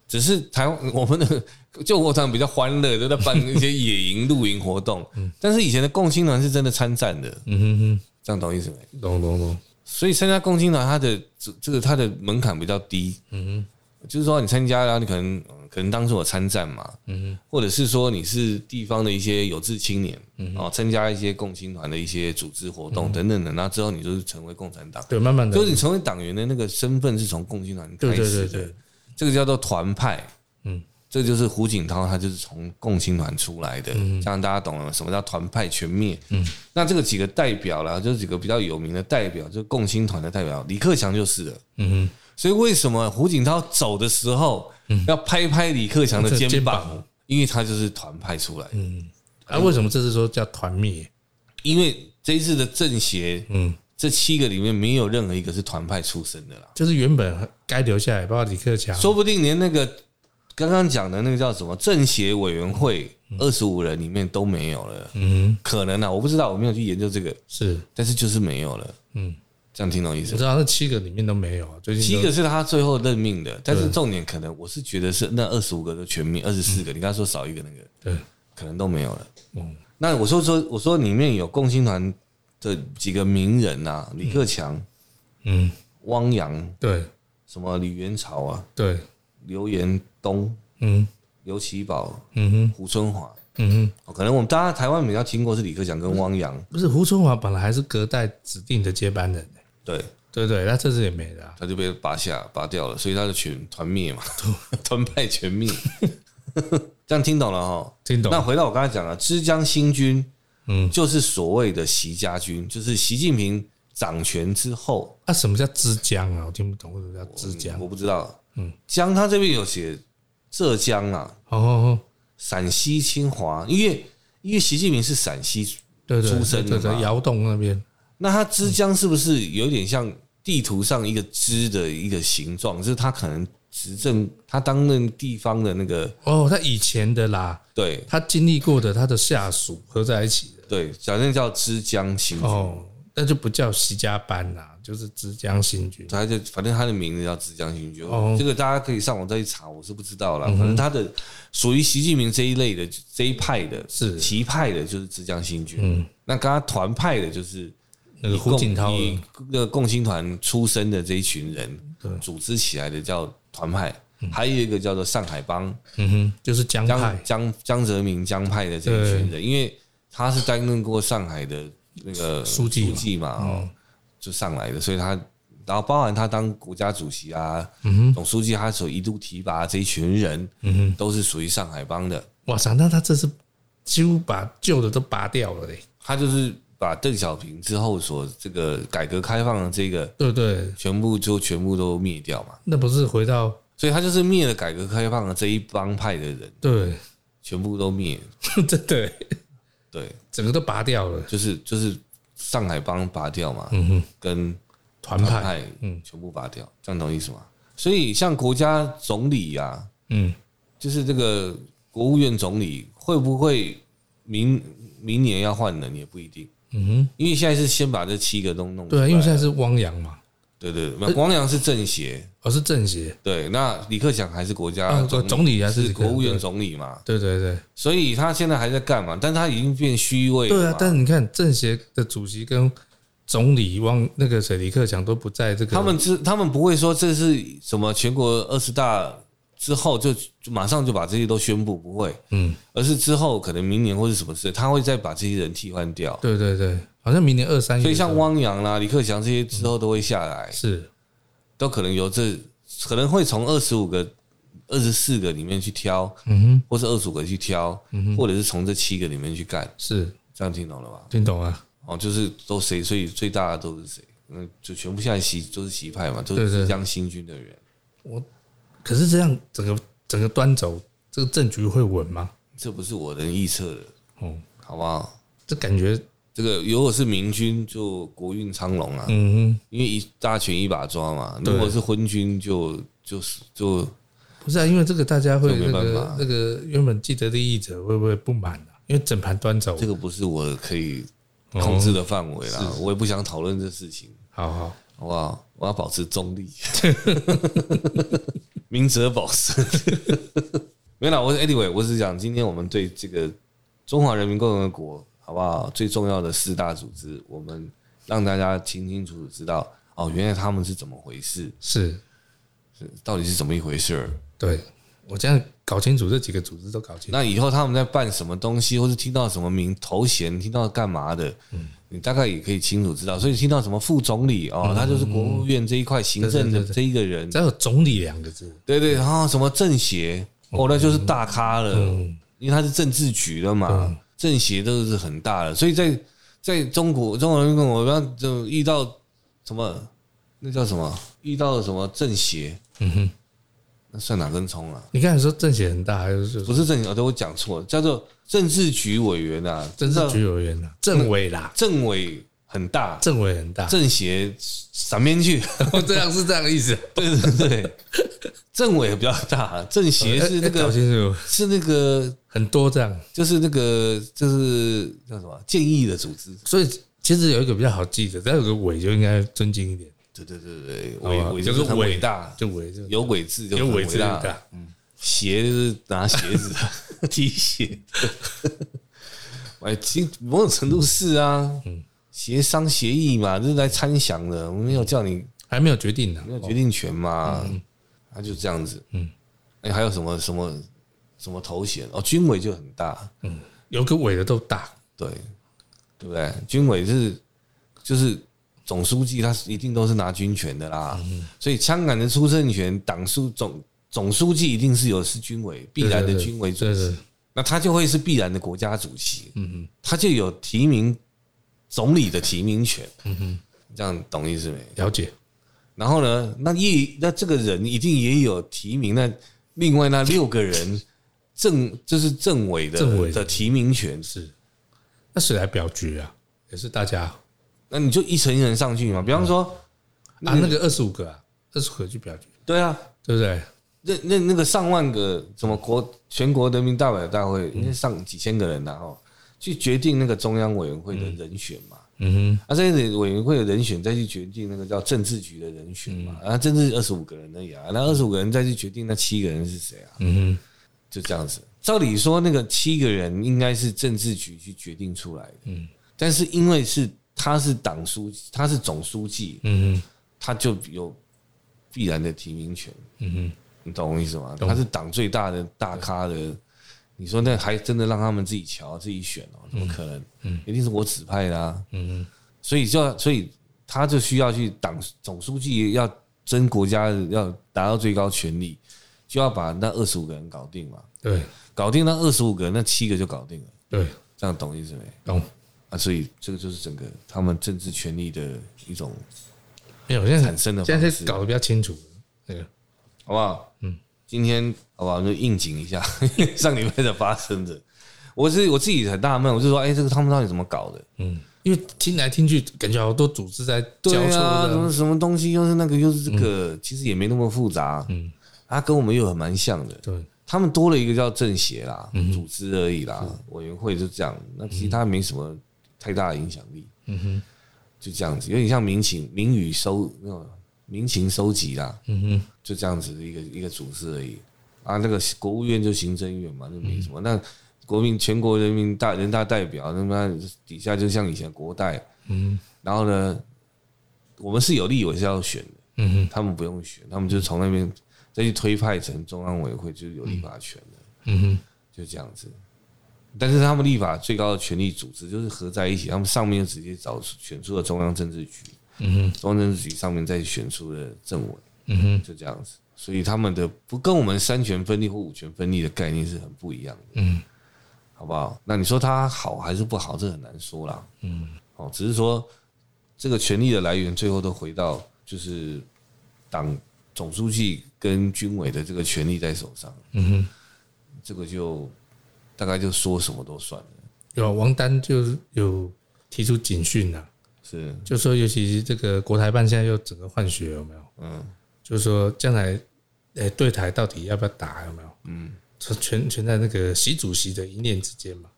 [SPEAKER 2] 只是台湾我们的救国团比较欢乐，都在办一些野营露营活动，但是以前的共青团是真的参战的，
[SPEAKER 1] 嗯哼
[SPEAKER 2] 这样懂意思没？
[SPEAKER 1] 哼，懂懂懂，
[SPEAKER 2] 所以参加共青团，它的这这个它的门槛比较低。嗯就是说你参加，然后你可能嗯可能当初有参战嘛，嗯或者是说你是地方的一些有志青年，嗯哦，参加一些共青团的一些组织活动等等的，那之后你就是成为共产党，
[SPEAKER 1] 嗯对，慢慢的
[SPEAKER 2] 就，是你成为党员的那个身份是从共青团开
[SPEAKER 1] 对对
[SPEAKER 2] 始
[SPEAKER 1] 对
[SPEAKER 2] 的
[SPEAKER 1] 对，，
[SPEAKER 2] 这个叫做团派，
[SPEAKER 1] 嗯，
[SPEAKER 2] 这就是胡锦涛他就是从共青团出来的，
[SPEAKER 1] 嗯
[SPEAKER 2] 这样大家懂了什么叫团派全灭，嗯，那这个几个代表啦，就是几个比较有名的代表，就是共青团的代表，李克强就是了，
[SPEAKER 1] 嗯
[SPEAKER 2] 所以为什么胡锦涛走的时候要拍拍李克强的肩
[SPEAKER 1] 肩
[SPEAKER 2] 膀
[SPEAKER 1] 膀，嗯
[SPEAKER 2] 因为他就是团派出来的，
[SPEAKER 1] 哼，啊，为什么这次说叫团灭？
[SPEAKER 2] 因为这一次的政协
[SPEAKER 1] 嗯，
[SPEAKER 2] 这七个里面没有任何一个是团派出身的啦。
[SPEAKER 1] 就是原本该留下来，包括李克强，
[SPEAKER 2] 说不定连那个刚刚讲的那个叫什么政协委员会二十五人里面都没有了，
[SPEAKER 1] 嗯，
[SPEAKER 2] 可能啊，我不知道，我没有去研究这个，
[SPEAKER 1] 是，
[SPEAKER 2] 但是就是没有了。
[SPEAKER 1] 嗯，
[SPEAKER 2] 这样听懂意
[SPEAKER 1] 我
[SPEAKER 2] 思吗？
[SPEAKER 1] 知道那七个里面都没有啊，最近
[SPEAKER 2] 七
[SPEAKER 1] 都
[SPEAKER 2] 个是他最后任命的，但是重点可能我是觉得是那二十五个都全命，二十四个，你刚才说少一个那个，
[SPEAKER 1] 嗯对，
[SPEAKER 2] 可能都没有了。
[SPEAKER 1] 嗯
[SPEAKER 2] 那我说说，我说里面有共青团的几个名人呐、李克强、
[SPEAKER 1] 嗯，
[SPEAKER 2] 汪洋、
[SPEAKER 1] 对
[SPEAKER 2] 什么李元朝啊、
[SPEAKER 1] 对，
[SPEAKER 2] 刘延东、
[SPEAKER 1] 嗯
[SPEAKER 2] 刘奇宝、
[SPEAKER 1] 嗯哼
[SPEAKER 2] 胡春华，
[SPEAKER 1] 嗯哼，
[SPEAKER 2] 哦可能我们大家台湾比较听过是李克强跟汪洋，
[SPEAKER 1] 不是胡春华本来还是隔代指定的接班人、欸，
[SPEAKER 2] 对，
[SPEAKER 1] 对对，他这次也没了啊、
[SPEAKER 2] 他就被拔下拔掉了，所以他的全团灭
[SPEAKER 1] [LAUGHS]
[SPEAKER 2] 嘛，团派全灭。这样听懂了哈？
[SPEAKER 1] 听懂
[SPEAKER 2] 那回到我刚才讲了，枝江新军
[SPEAKER 1] 嗯，
[SPEAKER 2] 就是所谓的习家军，就是习近平掌权之后，
[SPEAKER 1] 啊，什么叫枝江啊？我听不懂，为什么叫枝江？
[SPEAKER 2] 我不知道。嗯，江他这边有写浙江啊，
[SPEAKER 1] 哦哦，哦
[SPEAKER 2] 陕西清华，因为因为习近平是陕西，
[SPEAKER 1] 对对
[SPEAKER 2] 出
[SPEAKER 1] 对
[SPEAKER 2] 生的
[SPEAKER 1] 对对，
[SPEAKER 2] 嘛
[SPEAKER 1] 窑洞那边，
[SPEAKER 2] 那他枝江是不是有点像地图上一个枝的一个形状？就是他可能执政，他担任地方的那个
[SPEAKER 1] 哦，他以前的啦，
[SPEAKER 2] 对
[SPEAKER 1] 他经历过的，他的下属合在一起的，
[SPEAKER 2] 对，反正叫枝江新军。
[SPEAKER 1] 哦，那就不叫习家班啦，就是枝江新军。
[SPEAKER 2] 他就反正他的名字叫枝江新军，
[SPEAKER 1] 哦嗯
[SPEAKER 2] 这个大家可以上网再去查，我是不知道啦。反正他的属于习近平这一类的这一派的，
[SPEAKER 1] 是
[SPEAKER 2] 旗派的，就是枝江新军。
[SPEAKER 1] 嗯
[SPEAKER 2] 那跟他团派的，就是
[SPEAKER 1] 那个
[SPEAKER 2] 以
[SPEAKER 1] 胡
[SPEAKER 2] 共
[SPEAKER 1] 锦涛的
[SPEAKER 2] 以那个共青团出身的这一群
[SPEAKER 1] 对
[SPEAKER 2] 人组织起来的叫团派，还有一个叫做上海帮
[SPEAKER 1] 嗯哼，就是江
[SPEAKER 2] 江
[SPEAKER 1] 派，
[SPEAKER 2] 江江泽民江派的这一群人，因为他是担任过上海的那个
[SPEAKER 1] 书记嘛嗯
[SPEAKER 2] 书记嘛，哦，就上来的，所以他。然后包含他当国家主席啊，
[SPEAKER 1] 嗯
[SPEAKER 2] 总书记，他所一度提拔这一群人，都是属于上海帮的。
[SPEAKER 1] 哇塞，那他这是几乎把旧的都拔掉了嘞，
[SPEAKER 2] 他就是把邓小平之后所这个改革开放的这个
[SPEAKER 1] 对不对？
[SPEAKER 2] 全部就全部都灭掉嘛，
[SPEAKER 1] 那不是回到
[SPEAKER 2] 所以他就是灭了改革开放的这一帮派的人，
[SPEAKER 1] 对， [LAUGHS]
[SPEAKER 2] 全部都灭。
[SPEAKER 1] 真的欸
[SPEAKER 2] 对，
[SPEAKER 1] 整个都拔掉了，
[SPEAKER 2] 就是就是上海帮拔掉嘛，
[SPEAKER 1] 嗯哼，
[SPEAKER 2] 跟
[SPEAKER 1] 团
[SPEAKER 2] 帮
[SPEAKER 1] 派，
[SPEAKER 2] 派
[SPEAKER 1] 嗯
[SPEAKER 2] 全部拔掉，这样懂意思吗？所以像国家总理啊，
[SPEAKER 1] 嗯，
[SPEAKER 2] 就是这个国务院总理会不会明明年要换人也不一定，
[SPEAKER 1] 嗯哼，
[SPEAKER 2] 因为现在是先把这七个都弄出
[SPEAKER 1] 对
[SPEAKER 2] 来
[SPEAKER 1] 啊，因为现在是汪洋嘛，
[SPEAKER 2] 对对，对王良是政协，
[SPEAKER 1] 而是政协，
[SPEAKER 2] 对，那李克强还是国家
[SPEAKER 1] 啊
[SPEAKER 2] 总理
[SPEAKER 1] 总理还是
[SPEAKER 2] 是国务
[SPEAKER 1] 对
[SPEAKER 2] 院总理嘛，
[SPEAKER 1] 对对对，
[SPEAKER 2] 所以他现在还在干嘛？但他已经变虚位了嘛。
[SPEAKER 1] 对啊，但你看政协的主席跟总理汪那个谁李克强都不在这个，
[SPEAKER 2] 他们知他们不会说这是什么全国二十大之后就就马上就把这些都宣布，不会，
[SPEAKER 1] 嗯，
[SPEAKER 2] 而是之后可能明年或是什么事，他会再把这些人替换掉。
[SPEAKER 1] 对对对，嗯好像明年二三月
[SPEAKER 2] 所
[SPEAKER 1] 的
[SPEAKER 2] 以
[SPEAKER 1] 时候，
[SPEAKER 2] 像汪洋啦、李克强这些之后都会下来，
[SPEAKER 1] 是
[SPEAKER 2] 都可能由这可能会从二十五个、二十四个里面去挑，
[SPEAKER 1] 嗯哼嗯
[SPEAKER 2] 或是二十五个去挑，或者是从这七个里面去干，
[SPEAKER 1] 是
[SPEAKER 2] 这样听懂了吧？
[SPEAKER 1] 听懂啊？
[SPEAKER 2] 哦，就是都谁，所以最大的都是谁，嗯，就全部现在习都是习派嘛，都
[SPEAKER 1] 对
[SPEAKER 2] 是
[SPEAKER 1] 对
[SPEAKER 2] 浙江新军的人，
[SPEAKER 1] 可是这样整个整个端走，这个政局会稳吗？
[SPEAKER 2] 这不是我能预测的，
[SPEAKER 1] 哦，
[SPEAKER 2] 好不好？
[SPEAKER 1] 这感觉，
[SPEAKER 2] 这个如果是明军，就国运昌隆啊，
[SPEAKER 1] 嗯
[SPEAKER 2] 因为一大权一把抓嘛；
[SPEAKER 1] 对
[SPEAKER 2] 如果是昏君就，就是就
[SPEAKER 1] 哼，不是啊，因为这个大家会
[SPEAKER 2] 这没
[SPEAKER 1] 那
[SPEAKER 2] 办
[SPEAKER 1] 个
[SPEAKER 2] 法啊
[SPEAKER 1] 那个原本既得利益者会不会不满啊？因为整盘端走
[SPEAKER 2] 这，个不是我可以控制的范围啦，
[SPEAKER 1] 哦
[SPEAKER 2] 我也不想讨论这事情，
[SPEAKER 1] 好好，
[SPEAKER 2] 好不好？我要保持中立， [LAUGHS] 明哲保身。 [LAUGHS] 没有啦，我 anyway，我只讲今天我们对这个中华人民共和国好不好最重要的四大组织，我们让大家清清楚楚知道哦，原来他们是怎么回事，
[SPEAKER 1] 是
[SPEAKER 2] 是到底是怎么一回事儿。
[SPEAKER 1] 对我这样搞清楚这几个组织都搞清楚，
[SPEAKER 2] 那以后他们在办什么东西，或是听到什么名头衔，听到干嘛的，你大概也可以清楚知道。所以听到什么副总理哦，他就是国务院这一块行政
[SPEAKER 1] 嗯对
[SPEAKER 2] 的
[SPEAKER 1] 对对对
[SPEAKER 2] 这一个人
[SPEAKER 1] 只，要有总理两个字，
[SPEAKER 2] 对对，然后什么政协哦，那就是大咖了，
[SPEAKER 1] 嗯
[SPEAKER 2] 因为他是政治局的嘛，政协都是很大的，所以在在中国中国人民共和国，那就遇到什么那叫什么遇到什么政协，
[SPEAKER 1] 嗯哼。
[SPEAKER 2] 那算哪根葱啊？
[SPEAKER 1] 你刚才说政协很大，还是就是
[SPEAKER 2] 不是政协，哦都我讲错了，叫做政治局委员啊，
[SPEAKER 1] 政治局委员啊，政委啦，
[SPEAKER 2] 政委很大，
[SPEAKER 1] 政委很大，
[SPEAKER 2] 正邪闪边去。 [LAUGHS]
[SPEAKER 1] 这样是这样的意思。
[SPEAKER 2] 对
[SPEAKER 1] [LAUGHS]
[SPEAKER 2] 对对，政委比较大，正邪是那
[SPEAKER 1] 哎哎搞
[SPEAKER 2] 个
[SPEAKER 1] 清楚，
[SPEAKER 2] 是那个
[SPEAKER 1] 很多这样，
[SPEAKER 2] 就是那个就是叫什么建议的组织。
[SPEAKER 1] 所以其实有一个比较好记的，但有个伟就应该尊敬一点，
[SPEAKER 2] 对对对对，
[SPEAKER 1] 好吧
[SPEAKER 2] 伟伟就
[SPEAKER 1] 就是是
[SPEAKER 2] 很
[SPEAKER 1] 伟
[SPEAKER 2] 伟大，
[SPEAKER 1] 就伟就
[SPEAKER 2] 有伟字就
[SPEAKER 1] 有
[SPEAKER 2] 很
[SPEAKER 1] 伟字
[SPEAKER 2] 大
[SPEAKER 1] 的。
[SPEAKER 2] 鞋就是拿鞋子的踢鞋的。哎，其实某种程度是啊，协商协议嘛，就是来参详的，我们没有叫你
[SPEAKER 1] 还没有决定呢
[SPEAKER 2] 没。有决定权嘛，他就这样子。嗯，哎，还有什么什么什么头衔哦，军委就很大，
[SPEAKER 1] 有个伟的都大，
[SPEAKER 2] 对对不对？军委是就是总书记，他一定都是拿军权的啦，所以枪杆的出政权，党书总总书记一定是有是军委必然的
[SPEAKER 1] 对对对
[SPEAKER 2] 军委主
[SPEAKER 1] 对
[SPEAKER 2] 席
[SPEAKER 1] 对，
[SPEAKER 2] 那他就会是必然的国家主席，嗯他就有提名总理的提名权，嗯这样懂意思没？
[SPEAKER 1] 了解。
[SPEAKER 2] 然后呢，那一那这个人一定也有提名，那另外那六个人政就是政委的
[SPEAKER 1] 政委
[SPEAKER 2] 的提名权，
[SPEAKER 1] 是，那谁来表决啊？也是大家啊，
[SPEAKER 2] 那你就一层一层上去嘛。比方说，
[SPEAKER 1] 那个二十五个啊，二十五个去表决，
[SPEAKER 2] 对啊，
[SPEAKER 1] 对不对？
[SPEAKER 2] 那那那个上万个什么国全国人民代表大会，因为上几千个人然后去决定那个中央委员会的人选嘛。
[SPEAKER 1] 嗯
[SPEAKER 2] 啊，这些委员会的人选再去决定那个叫政治局的人选嘛，啊，政治二十五个人而已啊，那二十五个人再去决定那七个人是谁啊
[SPEAKER 1] 哼，，嗯
[SPEAKER 2] 就这样子。照理说，那个七个人应该是政治局去决定出来的，嗯，但是因为是他是党书记，他是总书记
[SPEAKER 1] 哼，，嗯哼，
[SPEAKER 2] 他就有必然的提名权，
[SPEAKER 1] 嗯哼，
[SPEAKER 2] 你懂我意思吗？他是党最大的大咖的，你说那还真的让他们自己瞧自己选哦，怎么可能？嗯，一定是我指派的啊，
[SPEAKER 1] 嗯哼，
[SPEAKER 2] 所以就要，所以他就需要去党总书记要争国家要达到最高权力，就要把那二十五个人搞定嘛，
[SPEAKER 1] 对
[SPEAKER 2] 搞定那二十五个人，那七个就搞定了，
[SPEAKER 1] 对，
[SPEAKER 2] 这样懂意思没？
[SPEAKER 1] 懂。
[SPEAKER 2] 啊，所以这个就是整个他们政治权力的一种，
[SPEAKER 1] 没有，现在
[SPEAKER 2] 产生的
[SPEAKER 1] 现在
[SPEAKER 2] 方式
[SPEAKER 1] 是搞得比较清楚。那个
[SPEAKER 2] 好不好？嗯，今天好吧，我们就应景一下 [LAUGHS] 上礼拜的发生的，我是我自己很纳闷，我就说，哎、这个他们到底怎么搞的？
[SPEAKER 1] 嗯，因为听来听去，感觉好多组织在交
[SPEAKER 2] 对
[SPEAKER 1] 错嗯
[SPEAKER 2] 啊，什
[SPEAKER 1] 的。
[SPEAKER 2] 么什么东西又是那个又是这个，其实也没那么复杂，嗯，啊，跟我们又很蛮像的，
[SPEAKER 1] 对，嗯
[SPEAKER 2] 他们多了一个叫政协啦，组织而已啦，委员会就这样。那其他没什么太大的影响力，嗯哼，就这样子，有点像民情民语收那种民情收集啦，
[SPEAKER 1] 嗯哼，
[SPEAKER 2] 就这样子的一个一个组织而已。啊，那个国务院就行政院嘛，那没什
[SPEAKER 1] 嗯
[SPEAKER 2] 么。那国民全国人民大人大代表，那么底下就像以前国代，
[SPEAKER 1] 嗯
[SPEAKER 2] 然后呢，我们是有立委是要选的，
[SPEAKER 1] 嗯哼，
[SPEAKER 2] 他们不用选，他们就从那边再去推派成中央委员会，就是有立法权的。
[SPEAKER 1] 嗯哼，
[SPEAKER 2] 就这样子。但是他们立法最高的权力组织就是合在一起，他们上面就直接找出选出了中央政治局，
[SPEAKER 1] 嗯哼，
[SPEAKER 2] 中央政治局上面再选出了政委，
[SPEAKER 1] 嗯哼，
[SPEAKER 2] 就这样子。所以他们的不跟我们三权分立或五权分立的概念是很不一样的，
[SPEAKER 1] 嗯，
[SPEAKER 2] 好不好？那你说它好还是不好，这很难说啦。嗯，哦，只是说这个权力的来源最后都回到就是党总书记跟军委的这个权力在手上，
[SPEAKER 1] 嗯哼。
[SPEAKER 2] 这个就大概就说什么都算了。
[SPEAKER 1] 有啊王丹就是有提出警讯啊，
[SPEAKER 2] 是，
[SPEAKER 1] 就说尤其是这个国台办现在又整个换血有没有？
[SPEAKER 2] 嗯，
[SPEAKER 1] 就说将来，诶、对台到底要不要打有没有？嗯，全全在那个习主席的一念之间嘛。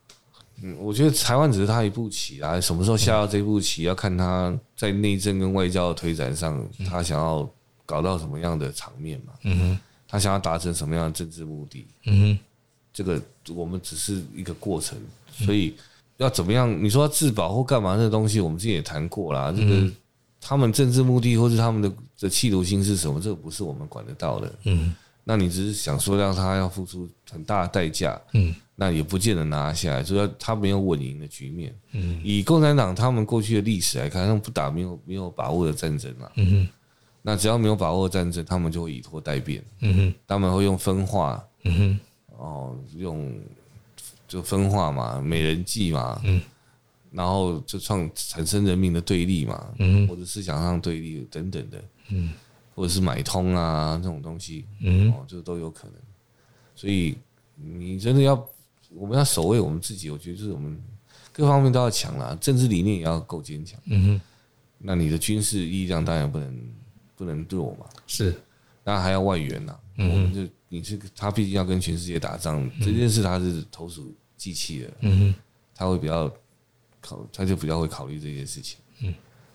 [SPEAKER 2] 嗯，我觉得台湾只是他一步棋啦，什么时候下到这步棋，要看他在内政跟外交的推展上，他想要搞到什么样的场面嘛，
[SPEAKER 1] 嗯哼，
[SPEAKER 2] 他想要达成什么样的政治目的，
[SPEAKER 1] 嗯
[SPEAKER 2] 这个我们只是一个过程，所以要怎么样？你说要自保或干嘛这东西，我们之前也谈过啦，
[SPEAKER 1] 嗯
[SPEAKER 2] 这个。他们政治目的或是他们的的企图心是什么？这个不是我们管得到的。
[SPEAKER 1] 哼，嗯
[SPEAKER 2] 那你只是想说让他要付出很大的代价，
[SPEAKER 1] 嗯
[SPEAKER 2] 那也不见得拿下来，所以他没有稳赢的局面。
[SPEAKER 1] 嗯
[SPEAKER 2] 以共产党他们过去的历史来看，他们不打没有没有把握的战争啦。
[SPEAKER 1] 嗯哼，
[SPEAKER 2] 那只要没有把握的战争，他们就会以拖代变，
[SPEAKER 1] 嗯哼，
[SPEAKER 2] 他们会用分化
[SPEAKER 1] 嗯哼，
[SPEAKER 2] 哦，用就分化嘛，美人计嘛，
[SPEAKER 1] 嗯，
[SPEAKER 2] 然后就创产生人民的对立嘛，
[SPEAKER 1] 嗯
[SPEAKER 2] 或者思想上对立等等的，
[SPEAKER 1] 嗯，
[SPEAKER 2] 或者是买通啊这种东西，
[SPEAKER 1] 嗯哼，
[SPEAKER 2] 哦，这都有可能。所以你真的要，我们要守卫我们自己，我觉得就是我们各方面都要强啦，政治理念也要够坚强。
[SPEAKER 1] 嗯
[SPEAKER 2] 那你的军事力量当然不能不能弱嘛，
[SPEAKER 1] 哼，是
[SPEAKER 2] 那还要外援呐。
[SPEAKER 1] 嗯
[SPEAKER 2] 我们就你是他毕竟要跟全世界打仗，这件事他是投鼠忌器的，
[SPEAKER 1] 嗯
[SPEAKER 2] 他会比较考，他就比较会考虑这件事情。嗯，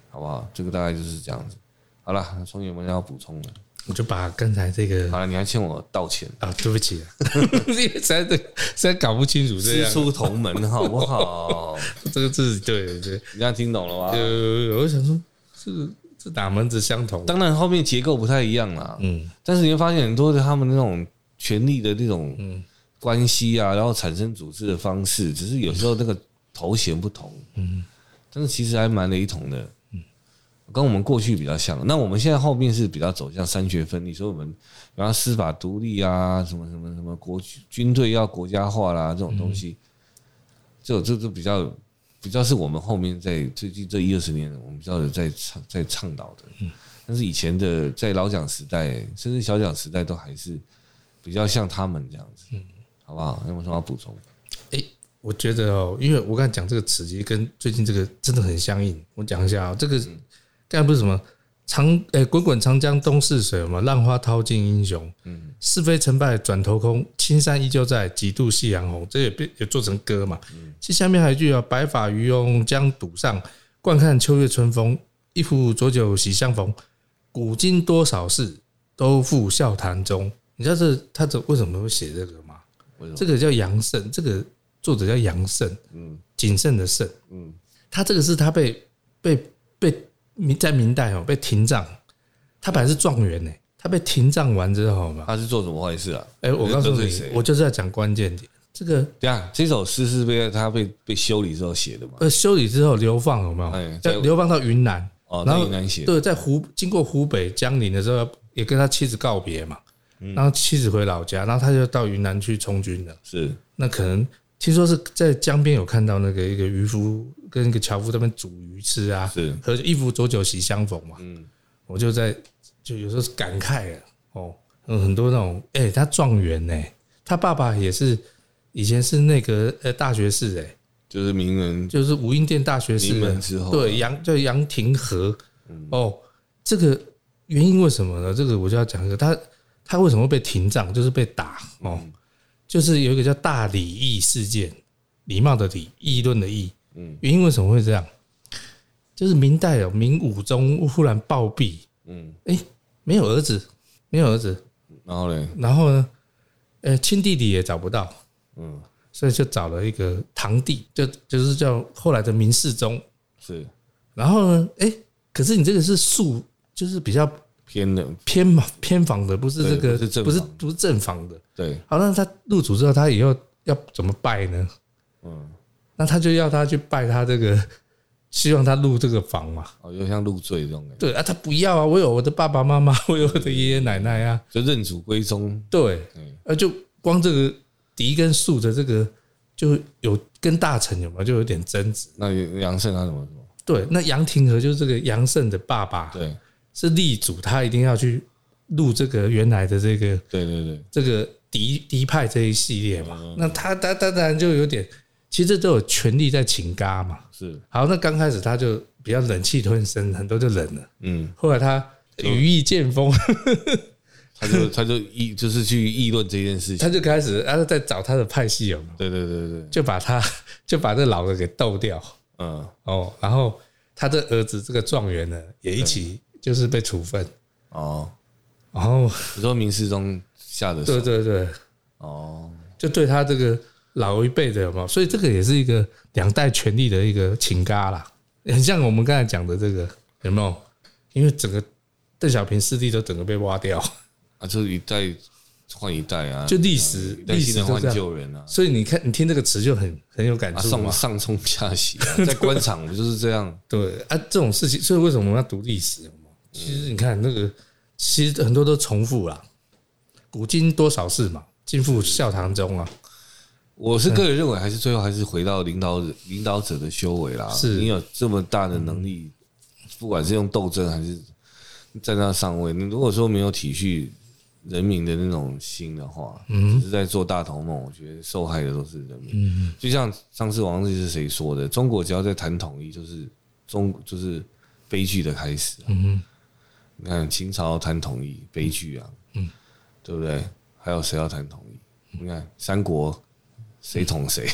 [SPEAKER 2] 好不好？这个大概就是这样子。好了，松野有没有要补充
[SPEAKER 1] [LAUGHS]
[SPEAKER 2] 的？
[SPEAKER 1] 哼，我就把刚才这个
[SPEAKER 2] 好了，你还欠我道歉。
[SPEAKER 1] 啊，对不起啊， [LAUGHS] 因为实在实在搞不清楚这
[SPEAKER 2] 师
[SPEAKER 1] 样，
[SPEAKER 2] 出同门，好不好？ [LAUGHS]
[SPEAKER 1] 这个字对对，
[SPEAKER 2] 你这样听懂了吗？
[SPEAKER 1] 呃，我想说，这这哪门子相同？
[SPEAKER 2] 当然，后面结构不太一样啦。
[SPEAKER 1] 嗯
[SPEAKER 2] 但是你会发现很多的他们那种权力的那
[SPEAKER 1] 嗯
[SPEAKER 2] 种关系啊，然后产生组织的方式，只是有时候那个头衔不同，
[SPEAKER 1] 嗯
[SPEAKER 2] 但是其实还蛮雷同的，跟我们过去比较像。那我们现在后面是比较走向三权分立，所以我们然后司法独立啊，什么什么什么国军队要国家化啦，这种东西，
[SPEAKER 1] 嗯
[SPEAKER 2] 这这这比较比较是我们后面在最近这一二十年，我们比较有在倡在倡导的。但是以前的在老蒋时代，甚至小蒋时代，都还是比较像他们这样子，
[SPEAKER 1] 嗯
[SPEAKER 2] 好不好？有没有什么要补充？
[SPEAKER 1] 我觉得哦，因为我刚才讲这个词，其实跟最近这个真的很相应。我讲一下、哦，这个刚才不是什么长诶，滚滚长江东逝水嘛，浪花淘尽英雄。嗯，是非成败转头空，青山依旧在，几度夕阳红。这也被也做成歌嘛。其实下面还有一句啊，白发渔翁将赌上，惯看秋月春风。一壶浊酒喜相逢，古今多少事，都付笑谈中。你知道这他这为什么会写这个吗？
[SPEAKER 2] 为什么
[SPEAKER 1] 这个叫杨慎，这个作者叫杨慎，
[SPEAKER 2] 嗯
[SPEAKER 1] 谨慎的慎，
[SPEAKER 2] 嗯，
[SPEAKER 1] 他这个是他被被被明在明代哦被廷杖，他本来是状元呢，他被廷杖完之后嘛，
[SPEAKER 2] 他是做什么坏事啊？
[SPEAKER 1] 哎，我告诉
[SPEAKER 2] 得罪
[SPEAKER 1] 你
[SPEAKER 2] 谁，
[SPEAKER 1] 我就是要讲关键点，这个
[SPEAKER 2] 对啊，这首诗是被他被被修理之后写的嘛？
[SPEAKER 1] 呃修理之后流放有没
[SPEAKER 2] 哎
[SPEAKER 1] 有？
[SPEAKER 2] 在
[SPEAKER 1] 要流放到云南，
[SPEAKER 2] 哦，
[SPEAKER 1] 然
[SPEAKER 2] 那
[SPEAKER 1] 后
[SPEAKER 2] 云南写的，
[SPEAKER 1] 对，在湖经过湖北江宁的时候，也跟他妻子告别嘛，
[SPEAKER 2] 嗯
[SPEAKER 1] 然后妻子回老家，然后他就到云南去从军了。
[SPEAKER 2] 是
[SPEAKER 1] 那可能听说是在江边有看到那个一个渔夫跟一个樵夫在那边煮鱼吃啊，
[SPEAKER 2] 是，
[SPEAKER 1] 喝一壶浊酒喜相逢嘛。
[SPEAKER 2] 嗯
[SPEAKER 1] 我就在就有时候是感慨啊，哦，嗯很多那种，哎、他状元呢、他爸爸也是以前是那个呃大学士哎、
[SPEAKER 2] 就是名人
[SPEAKER 1] 就是武英殿大学士啊
[SPEAKER 2] 名门之后，
[SPEAKER 1] 对，杨叫杨廷和。
[SPEAKER 2] 嗯
[SPEAKER 1] 哦，这个原因为什么呢？这个我就要讲一个，他他为什么会被停杖，就是被打
[SPEAKER 2] 嗯
[SPEAKER 1] 哦，就是有一个叫大礼义事件，礼貌的礼，议论的议。
[SPEAKER 2] 嗯
[SPEAKER 1] 原因为什么会这样？就是明代哦，明武宗忽然暴毙，
[SPEAKER 2] 嗯，
[SPEAKER 1] 没有儿子，没有儿子，
[SPEAKER 2] 然后嘞，
[SPEAKER 1] 然后呢，呃，亲弟弟也找不到，
[SPEAKER 2] 嗯，
[SPEAKER 1] 所以就找了一个堂弟，就就是叫后来的明世宗。
[SPEAKER 2] 是
[SPEAKER 1] 然后呢，哎、可是你这个是素，就是比较
[SPEAKER 2] 偏的，
[SPEAKER 1] 偏嘛偏房的，不是这个
[SPEAKER 2] 对不是正
[SPEAKER 1] 不是
[SPEAKER 2] 房
[SPEAKER 1] 不是正房的。
[SPEAKER 2] 对，
[SPEAKER 1] 好，那他入主之后，他以后要怎么拜呢？
[SPEAKER 2] 嗯，
[SPEAKER 1] 那他就要他去拜他这个， [LAUGHS] 希望他入这个房嘛。
[SPEAKER 2] 哦，有点像入赘这种感觉，
[SPEAKER 1] 对啊，他不要啊，我有我的爸爸妈妈， [LAUGHS] 我有我的爷爷奶奶啊。
[SPEAKER 2] 就认祖归宗，
[SPEAKER 1] 对
[SPEAKER 2] 嗯，
[SPEAKER 1] 呃，就光这个嫡跟庶的这个就有跟大臣有没有就有点争执。
[SPEAKER 2] 那杨慎他怎么说？
[SPEAKER 1] 对，那杨廷和就是这个杨慎的爸爸，
[SPEAKER 2] 对
[SPEAKER 1] 是立主，他一定要去入这个原来的这个
[SPEAKER 2] 对对对，
[SPEAKER 1] 这个敌敌派这一系列嘛。那他他他当然就有点，其实这都有权力在请嘎嘛。
[SPEAKER 2] 是，
[SPEAKER 1] 好，那刚开始他就比较忍气吞声，很多就忍了。
[SPEAKER 2] 嗯，
[SPEAKER 1] 后来他羽翼渐丰， [LAUGHS]
[SPEAKER 2] 他就他就议就是去议论这件事情，
[SPEAKER 1] 他就开始啊在找他的派系友嘛，
[SPEAKER 2] 对对对对，
[SPEAKER 1] 就把他 [LAUGHS] 就把这老的给斗掉
[SPEAKER 2] 嗯，
[SPEAKER 1] 哦。然后他的儿子这个状元呢，也一起就是被处分。
[SPEAKER 2] 哦，
[SPEAKER 1] 然后
[SPEAKER 2] 你说明世宗下的
[SPEAKER 1] 对
[SPEAKER 2] 手，
[SPEAKER 1] 对对，
[SPEAKER 2] 哦，
[SPEAKER 1] 就对他这个老一辈的有没有？所以这个也是一个两代权力的一个情嘎啦，很像我们刚才讲的这个有没有？因为整个邓小平势力都整个被挖掉， [LAUGHS]
[SPEAKER 2] 啊，就是一代换一代啊，
[SPEAKER 1] 就历史
[SPEAKER 2] 一代
[SPEAKER 1] 历
[SPEAKER 2] 新
[SPEAKER 1] 史
[SPEAKER 2] 人
[SPEAKER 1] 就
[SPEAKER 2] 换
[SPEAKER 1] 这样。
[SPEAKER 2] 旧人啊，
[SPEAKER 1] 所以你看，你听这个词就很很有感
[SPEAKER 2] 啊
[SPEAKER 1] 触嘛
[SPEAKER 2] 上。上冲下洗啊，在官场不就是这样？
[SPEAKER 1] 对啊，这种事情，所以为什么我们要读历史？有没有其实你看那个，其实很多都重复啦。古今多少事嘛，尽付笑谈中啊。
[SPEAKER 2] 我是
[SPEAKER 1] 嗯
[SPEAKER 2] 个人认为，还是最后还是回到领导者领导者的修为啦。
[SPEAKER 1] 是嗯
[SPEAKER 2] 你有这么大的能力，不管是用斗争还是站到上位，你如果说没有体恤人民的那种心的话，只是在做大头梦，我觉得受害的都是人民。
[SPEAKER 1] 嗯
[SPEAKER 2] 就像上次王志是谁说的，中国只要在谈统一，就是中就是悲剧的开始啊、
[SPEAKER 1] 嗯
[SPEAKER 2] 你看嗯清朝谈统一，悲剧啊，嗯，对不对？还有谁要谈统一？你看三国谁统谁，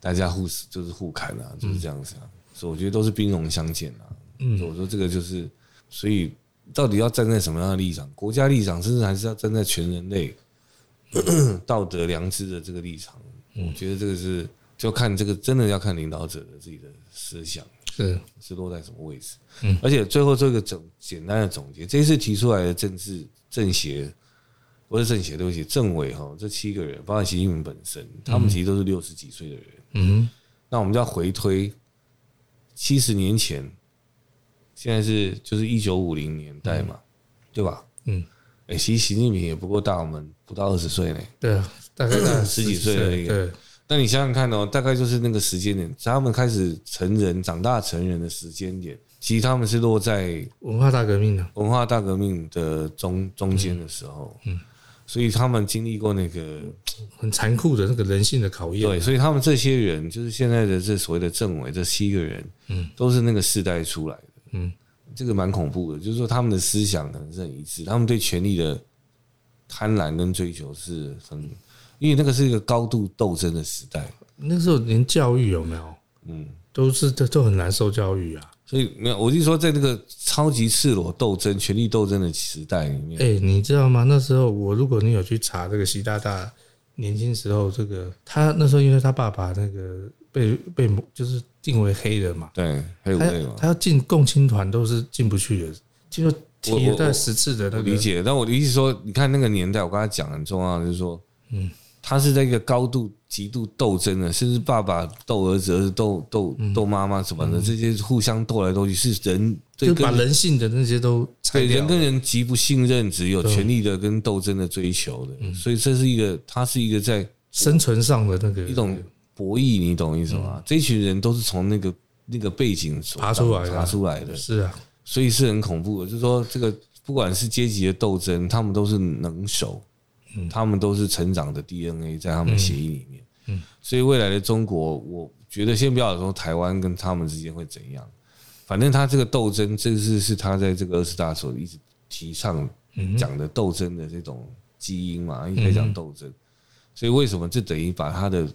[SPEAKER 2] 大家互就是互砍啊，就是这样子啊。所以我觉得都是兵戎相见啊。嗯，所以我说这个就是，所以到底要站在什么样的立场？国家立场，甚至还是要站在全人类 [CLEARS THROAT] 道德良知的这个立场。我觉得这个是就看这个真的要看领导者的自己的思想。
[SPEAKER 1] 是
[SPEAKER 2] 是落在什么位置。嗯，而且最后做一个总简单的总结，这一次提出来的政治政协，不是政协，对不起，政委哈，这七个人，包括习近平本身，他们其实都是六十几岁的人。
[SPEAKER 1] 嗯
[SPEAKER 2] 那我们就要回推七十年前，现在是就是一九五零年代嘛，对吧？
[SPEAKER 1] 嗯，
[SPEAKER 2] 哎、其实习近平也不过大我们不到二十岁呢。
[SPEAKER 1] 对啊，大概大概
[SPEAKER 2] 十几岁而已
[SPEAKER 1] 对，
[SPEAKER 2] 那你想想看哦，大概就是那个时间点，他们开始成人、长大成人的时间点，其实他们是落在
[SPEAKER 1] 文化大革命啊，
[SPEAKER 2] 文化大革命的中中间的时候，嗯，所以他们经历过那个
[SPEAKER 1] 很残酷的那个人性的考验。
[SPEAKER 2] 对，所以他们这些人就是现在的这所谓的政委这七个人，嗯，都是那个世代出来的，
[SPEAKER 1] 嗯，
[SPEAKER 2] 这个蛮恐怖的，就是说他们的思想可能是很一致，他们对权力的贪婪跟追求是很，因为那个是一个高度斗争的时代，
[SPEAKER 1] 那时候连教育有没有
[SPEAKER 2] 嗯，
[SPEAKER 1] 都是都都很难受教育啊。
[SPEAKER 2] 所以没有，我就说在那个超级赤裸斗争、权力斗争的时代里面，
[SPEAKER 1] 哎、你知道吗？那时候我如果你有去查这个习大大年轻时候，这个他那时候因为他爸爸那个被被就是定为黑人嘛，
[SPEAKER 2] 对，还有
[SPEAKER 1] 他
[SPEAKER 2] 那个
[SPEAKER 1] 要。他要进共青团都是进不去的，进入提了大概十次的那
[SPEAKER 2] 我
[SPEAKER 1] 个
[SPEAKER 2] 理解，但我的意思说，你看那个年代，我刚才讲很重要，就是说，嗯，他是在一个高度、极度斗争的，甚至爸爸斗儿子、儿子斗斗
[SPEAKER 1] 嗯
[SPEAKER 2] 斗妈妈什么的，这些互相斗来斗去，是人对
[SPEAKER 1] 就把
[SPEAKER 2] 跟
[SPEAKER 1] 人性的那些都拆
[SPEAKER 2] 对
[SPEAKER 1] 掉
[SPEAKER 2] 人跟
[SPEAKER 1] 了。
[SPEAKER 2] 人极不信任，只有权力的跟斗争的追求的，所以这是一个，它是一个在
[SPEAKER 1] 生存上的那个
[SPEAKER 2] 一种博弈，你懂意思吗？这一群人都是从那个那个背景所
[SPEAKER 1] 嗯爬出来的啊
[SPEAKER 2] 爬出来的，
[SPEAKER 1] 是啊，
[SPEAKER 2] 所以是很恐怖的。就是说，这个不管是阶级的斗争，他们都是能手，他们都是成长的 DNA 在他们协议里面。所以未来的中国，我觉得先不要说台湾跟他们之间会怎样，反正他这个斗争，这是是他在这个二十大所一直提倡讲的斗争的这种基因嘛，一直在讲斗争。所以为什么这等于把他的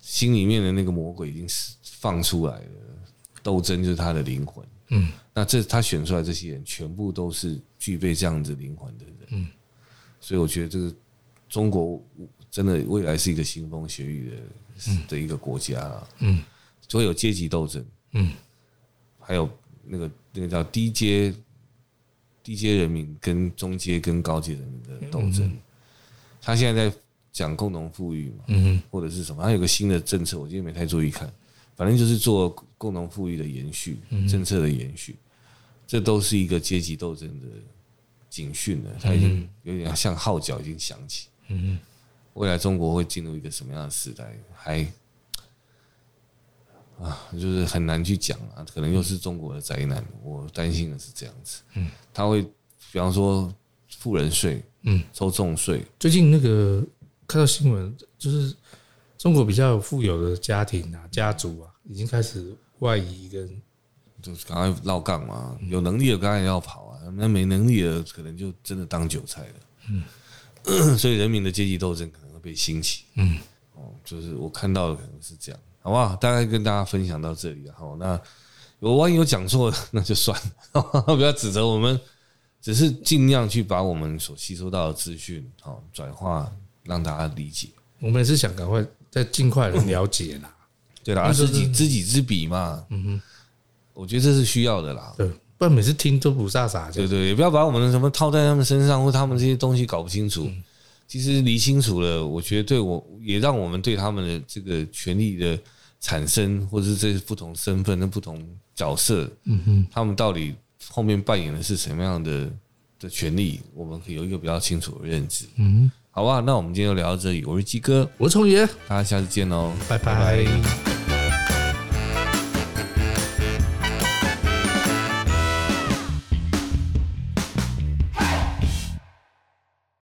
[SPEAKER 2] 心里面的那个魔鬼已经释放出来了？斗争就是他的灵魂。
[SPEAKER 1] 嗯，
[SPEAKER 2] 那这他选出来这些人，全部都是具备这样子灵魂的人。嗯，所以我觉得这个中国真的未来是一个腥风血雨的的一个国家啊。
[SPEAKER 1] 嗯，
[SPEAKER 2] 就会有阶级斗争。
[SPEAKER 1] 嗯，
[SPEAKER 2] 还有那个那个叫低阶低阶人民跟中阶跟高阶人民的斗争。他现在在讲共同富裕嘛，
[SPEAKER 1] 嗯
[SPEAKER 2] 或者是什么，他有个新的政策，我今天没太注意看，反正就是做共同富裕的延续，
[SPEAKER 1] 嗯
[SPEAKER 2] 政策的延续，这都是一个阶级斗争的警讯了，他已经有点像号角已经响起。
[SPEAKER 1] 嗯
[SPEAKER 2] 未来中国会进入一个什么样的时代，还啊，就是很难去讲啊，可能又是中国的灾难。我担心的是这样子，嗯，他会，比方说富人税，
[SPEAKER 1] 嗯，
[SPEAKER 2] 抽重税，
[SPEAKER 1] 最近那个看到新闻，就是中国比较富有的家庭啊、家族啊，已经开始外移跟
[SPEAKER 2] 就是赶快绕杠嘛，有能力的当然要跑啊，那没能力的可能就真的当韭菜了。嗯， [COUGHS] 所以人民的阶级斗争可能会被兴起。
[SPEAKER 1] 嗯，
[SPEAKER 2] 哦，就是我看到的可能是这样，好不好？大概跟大家分享到这里了。啊好，那我万一有讲错， [LAUGHS] 那就算了， [LAUGHS] 不要指责我们，只是尽量去把我们所吸收到的资讯，好转化让大家理解。
[SPEAKER 1] 我们也是想赶快再尽快 [LAUGHS] 的了解啦，
[SPEAKER 2] 对啦，
[SPEAKER 1] 那
[SPEAKER 2] 啊
[SPEAKER 1] 就
[SPEAKER 2] 知
[SPEAKER 1] 是
[SPEAKER 2] 己知己知彼嘛。嗯哼，我觉得这是需要的啦。
[SPEAKER 1] 对，不然每次听都不傻傻
[SPEAKER 2] 对
[SPEAKER 1] 的。
[SPEAKER 2] 对，也不要把我们的什么套在他们身上，或他们这些东西搞不清楚。其实理清楚了，我觉得对我也让我们对他们的这个权利的产生，或者是这些不同身份的不同角色，嗯哼，他们到底后面扮演的是什么样的的权利，我们可以有一个比较清楚的认知。啊
[SPEAKER 1] 嗯，
[SPEAKER 2] 好吧，那我们今天就聊到这里。我是鸡哥，
[SPEAKER 1] 我是聪爷，
[SPEAKER 2] 哦大家下次见喽，
[SPEAKER 1] 拜拜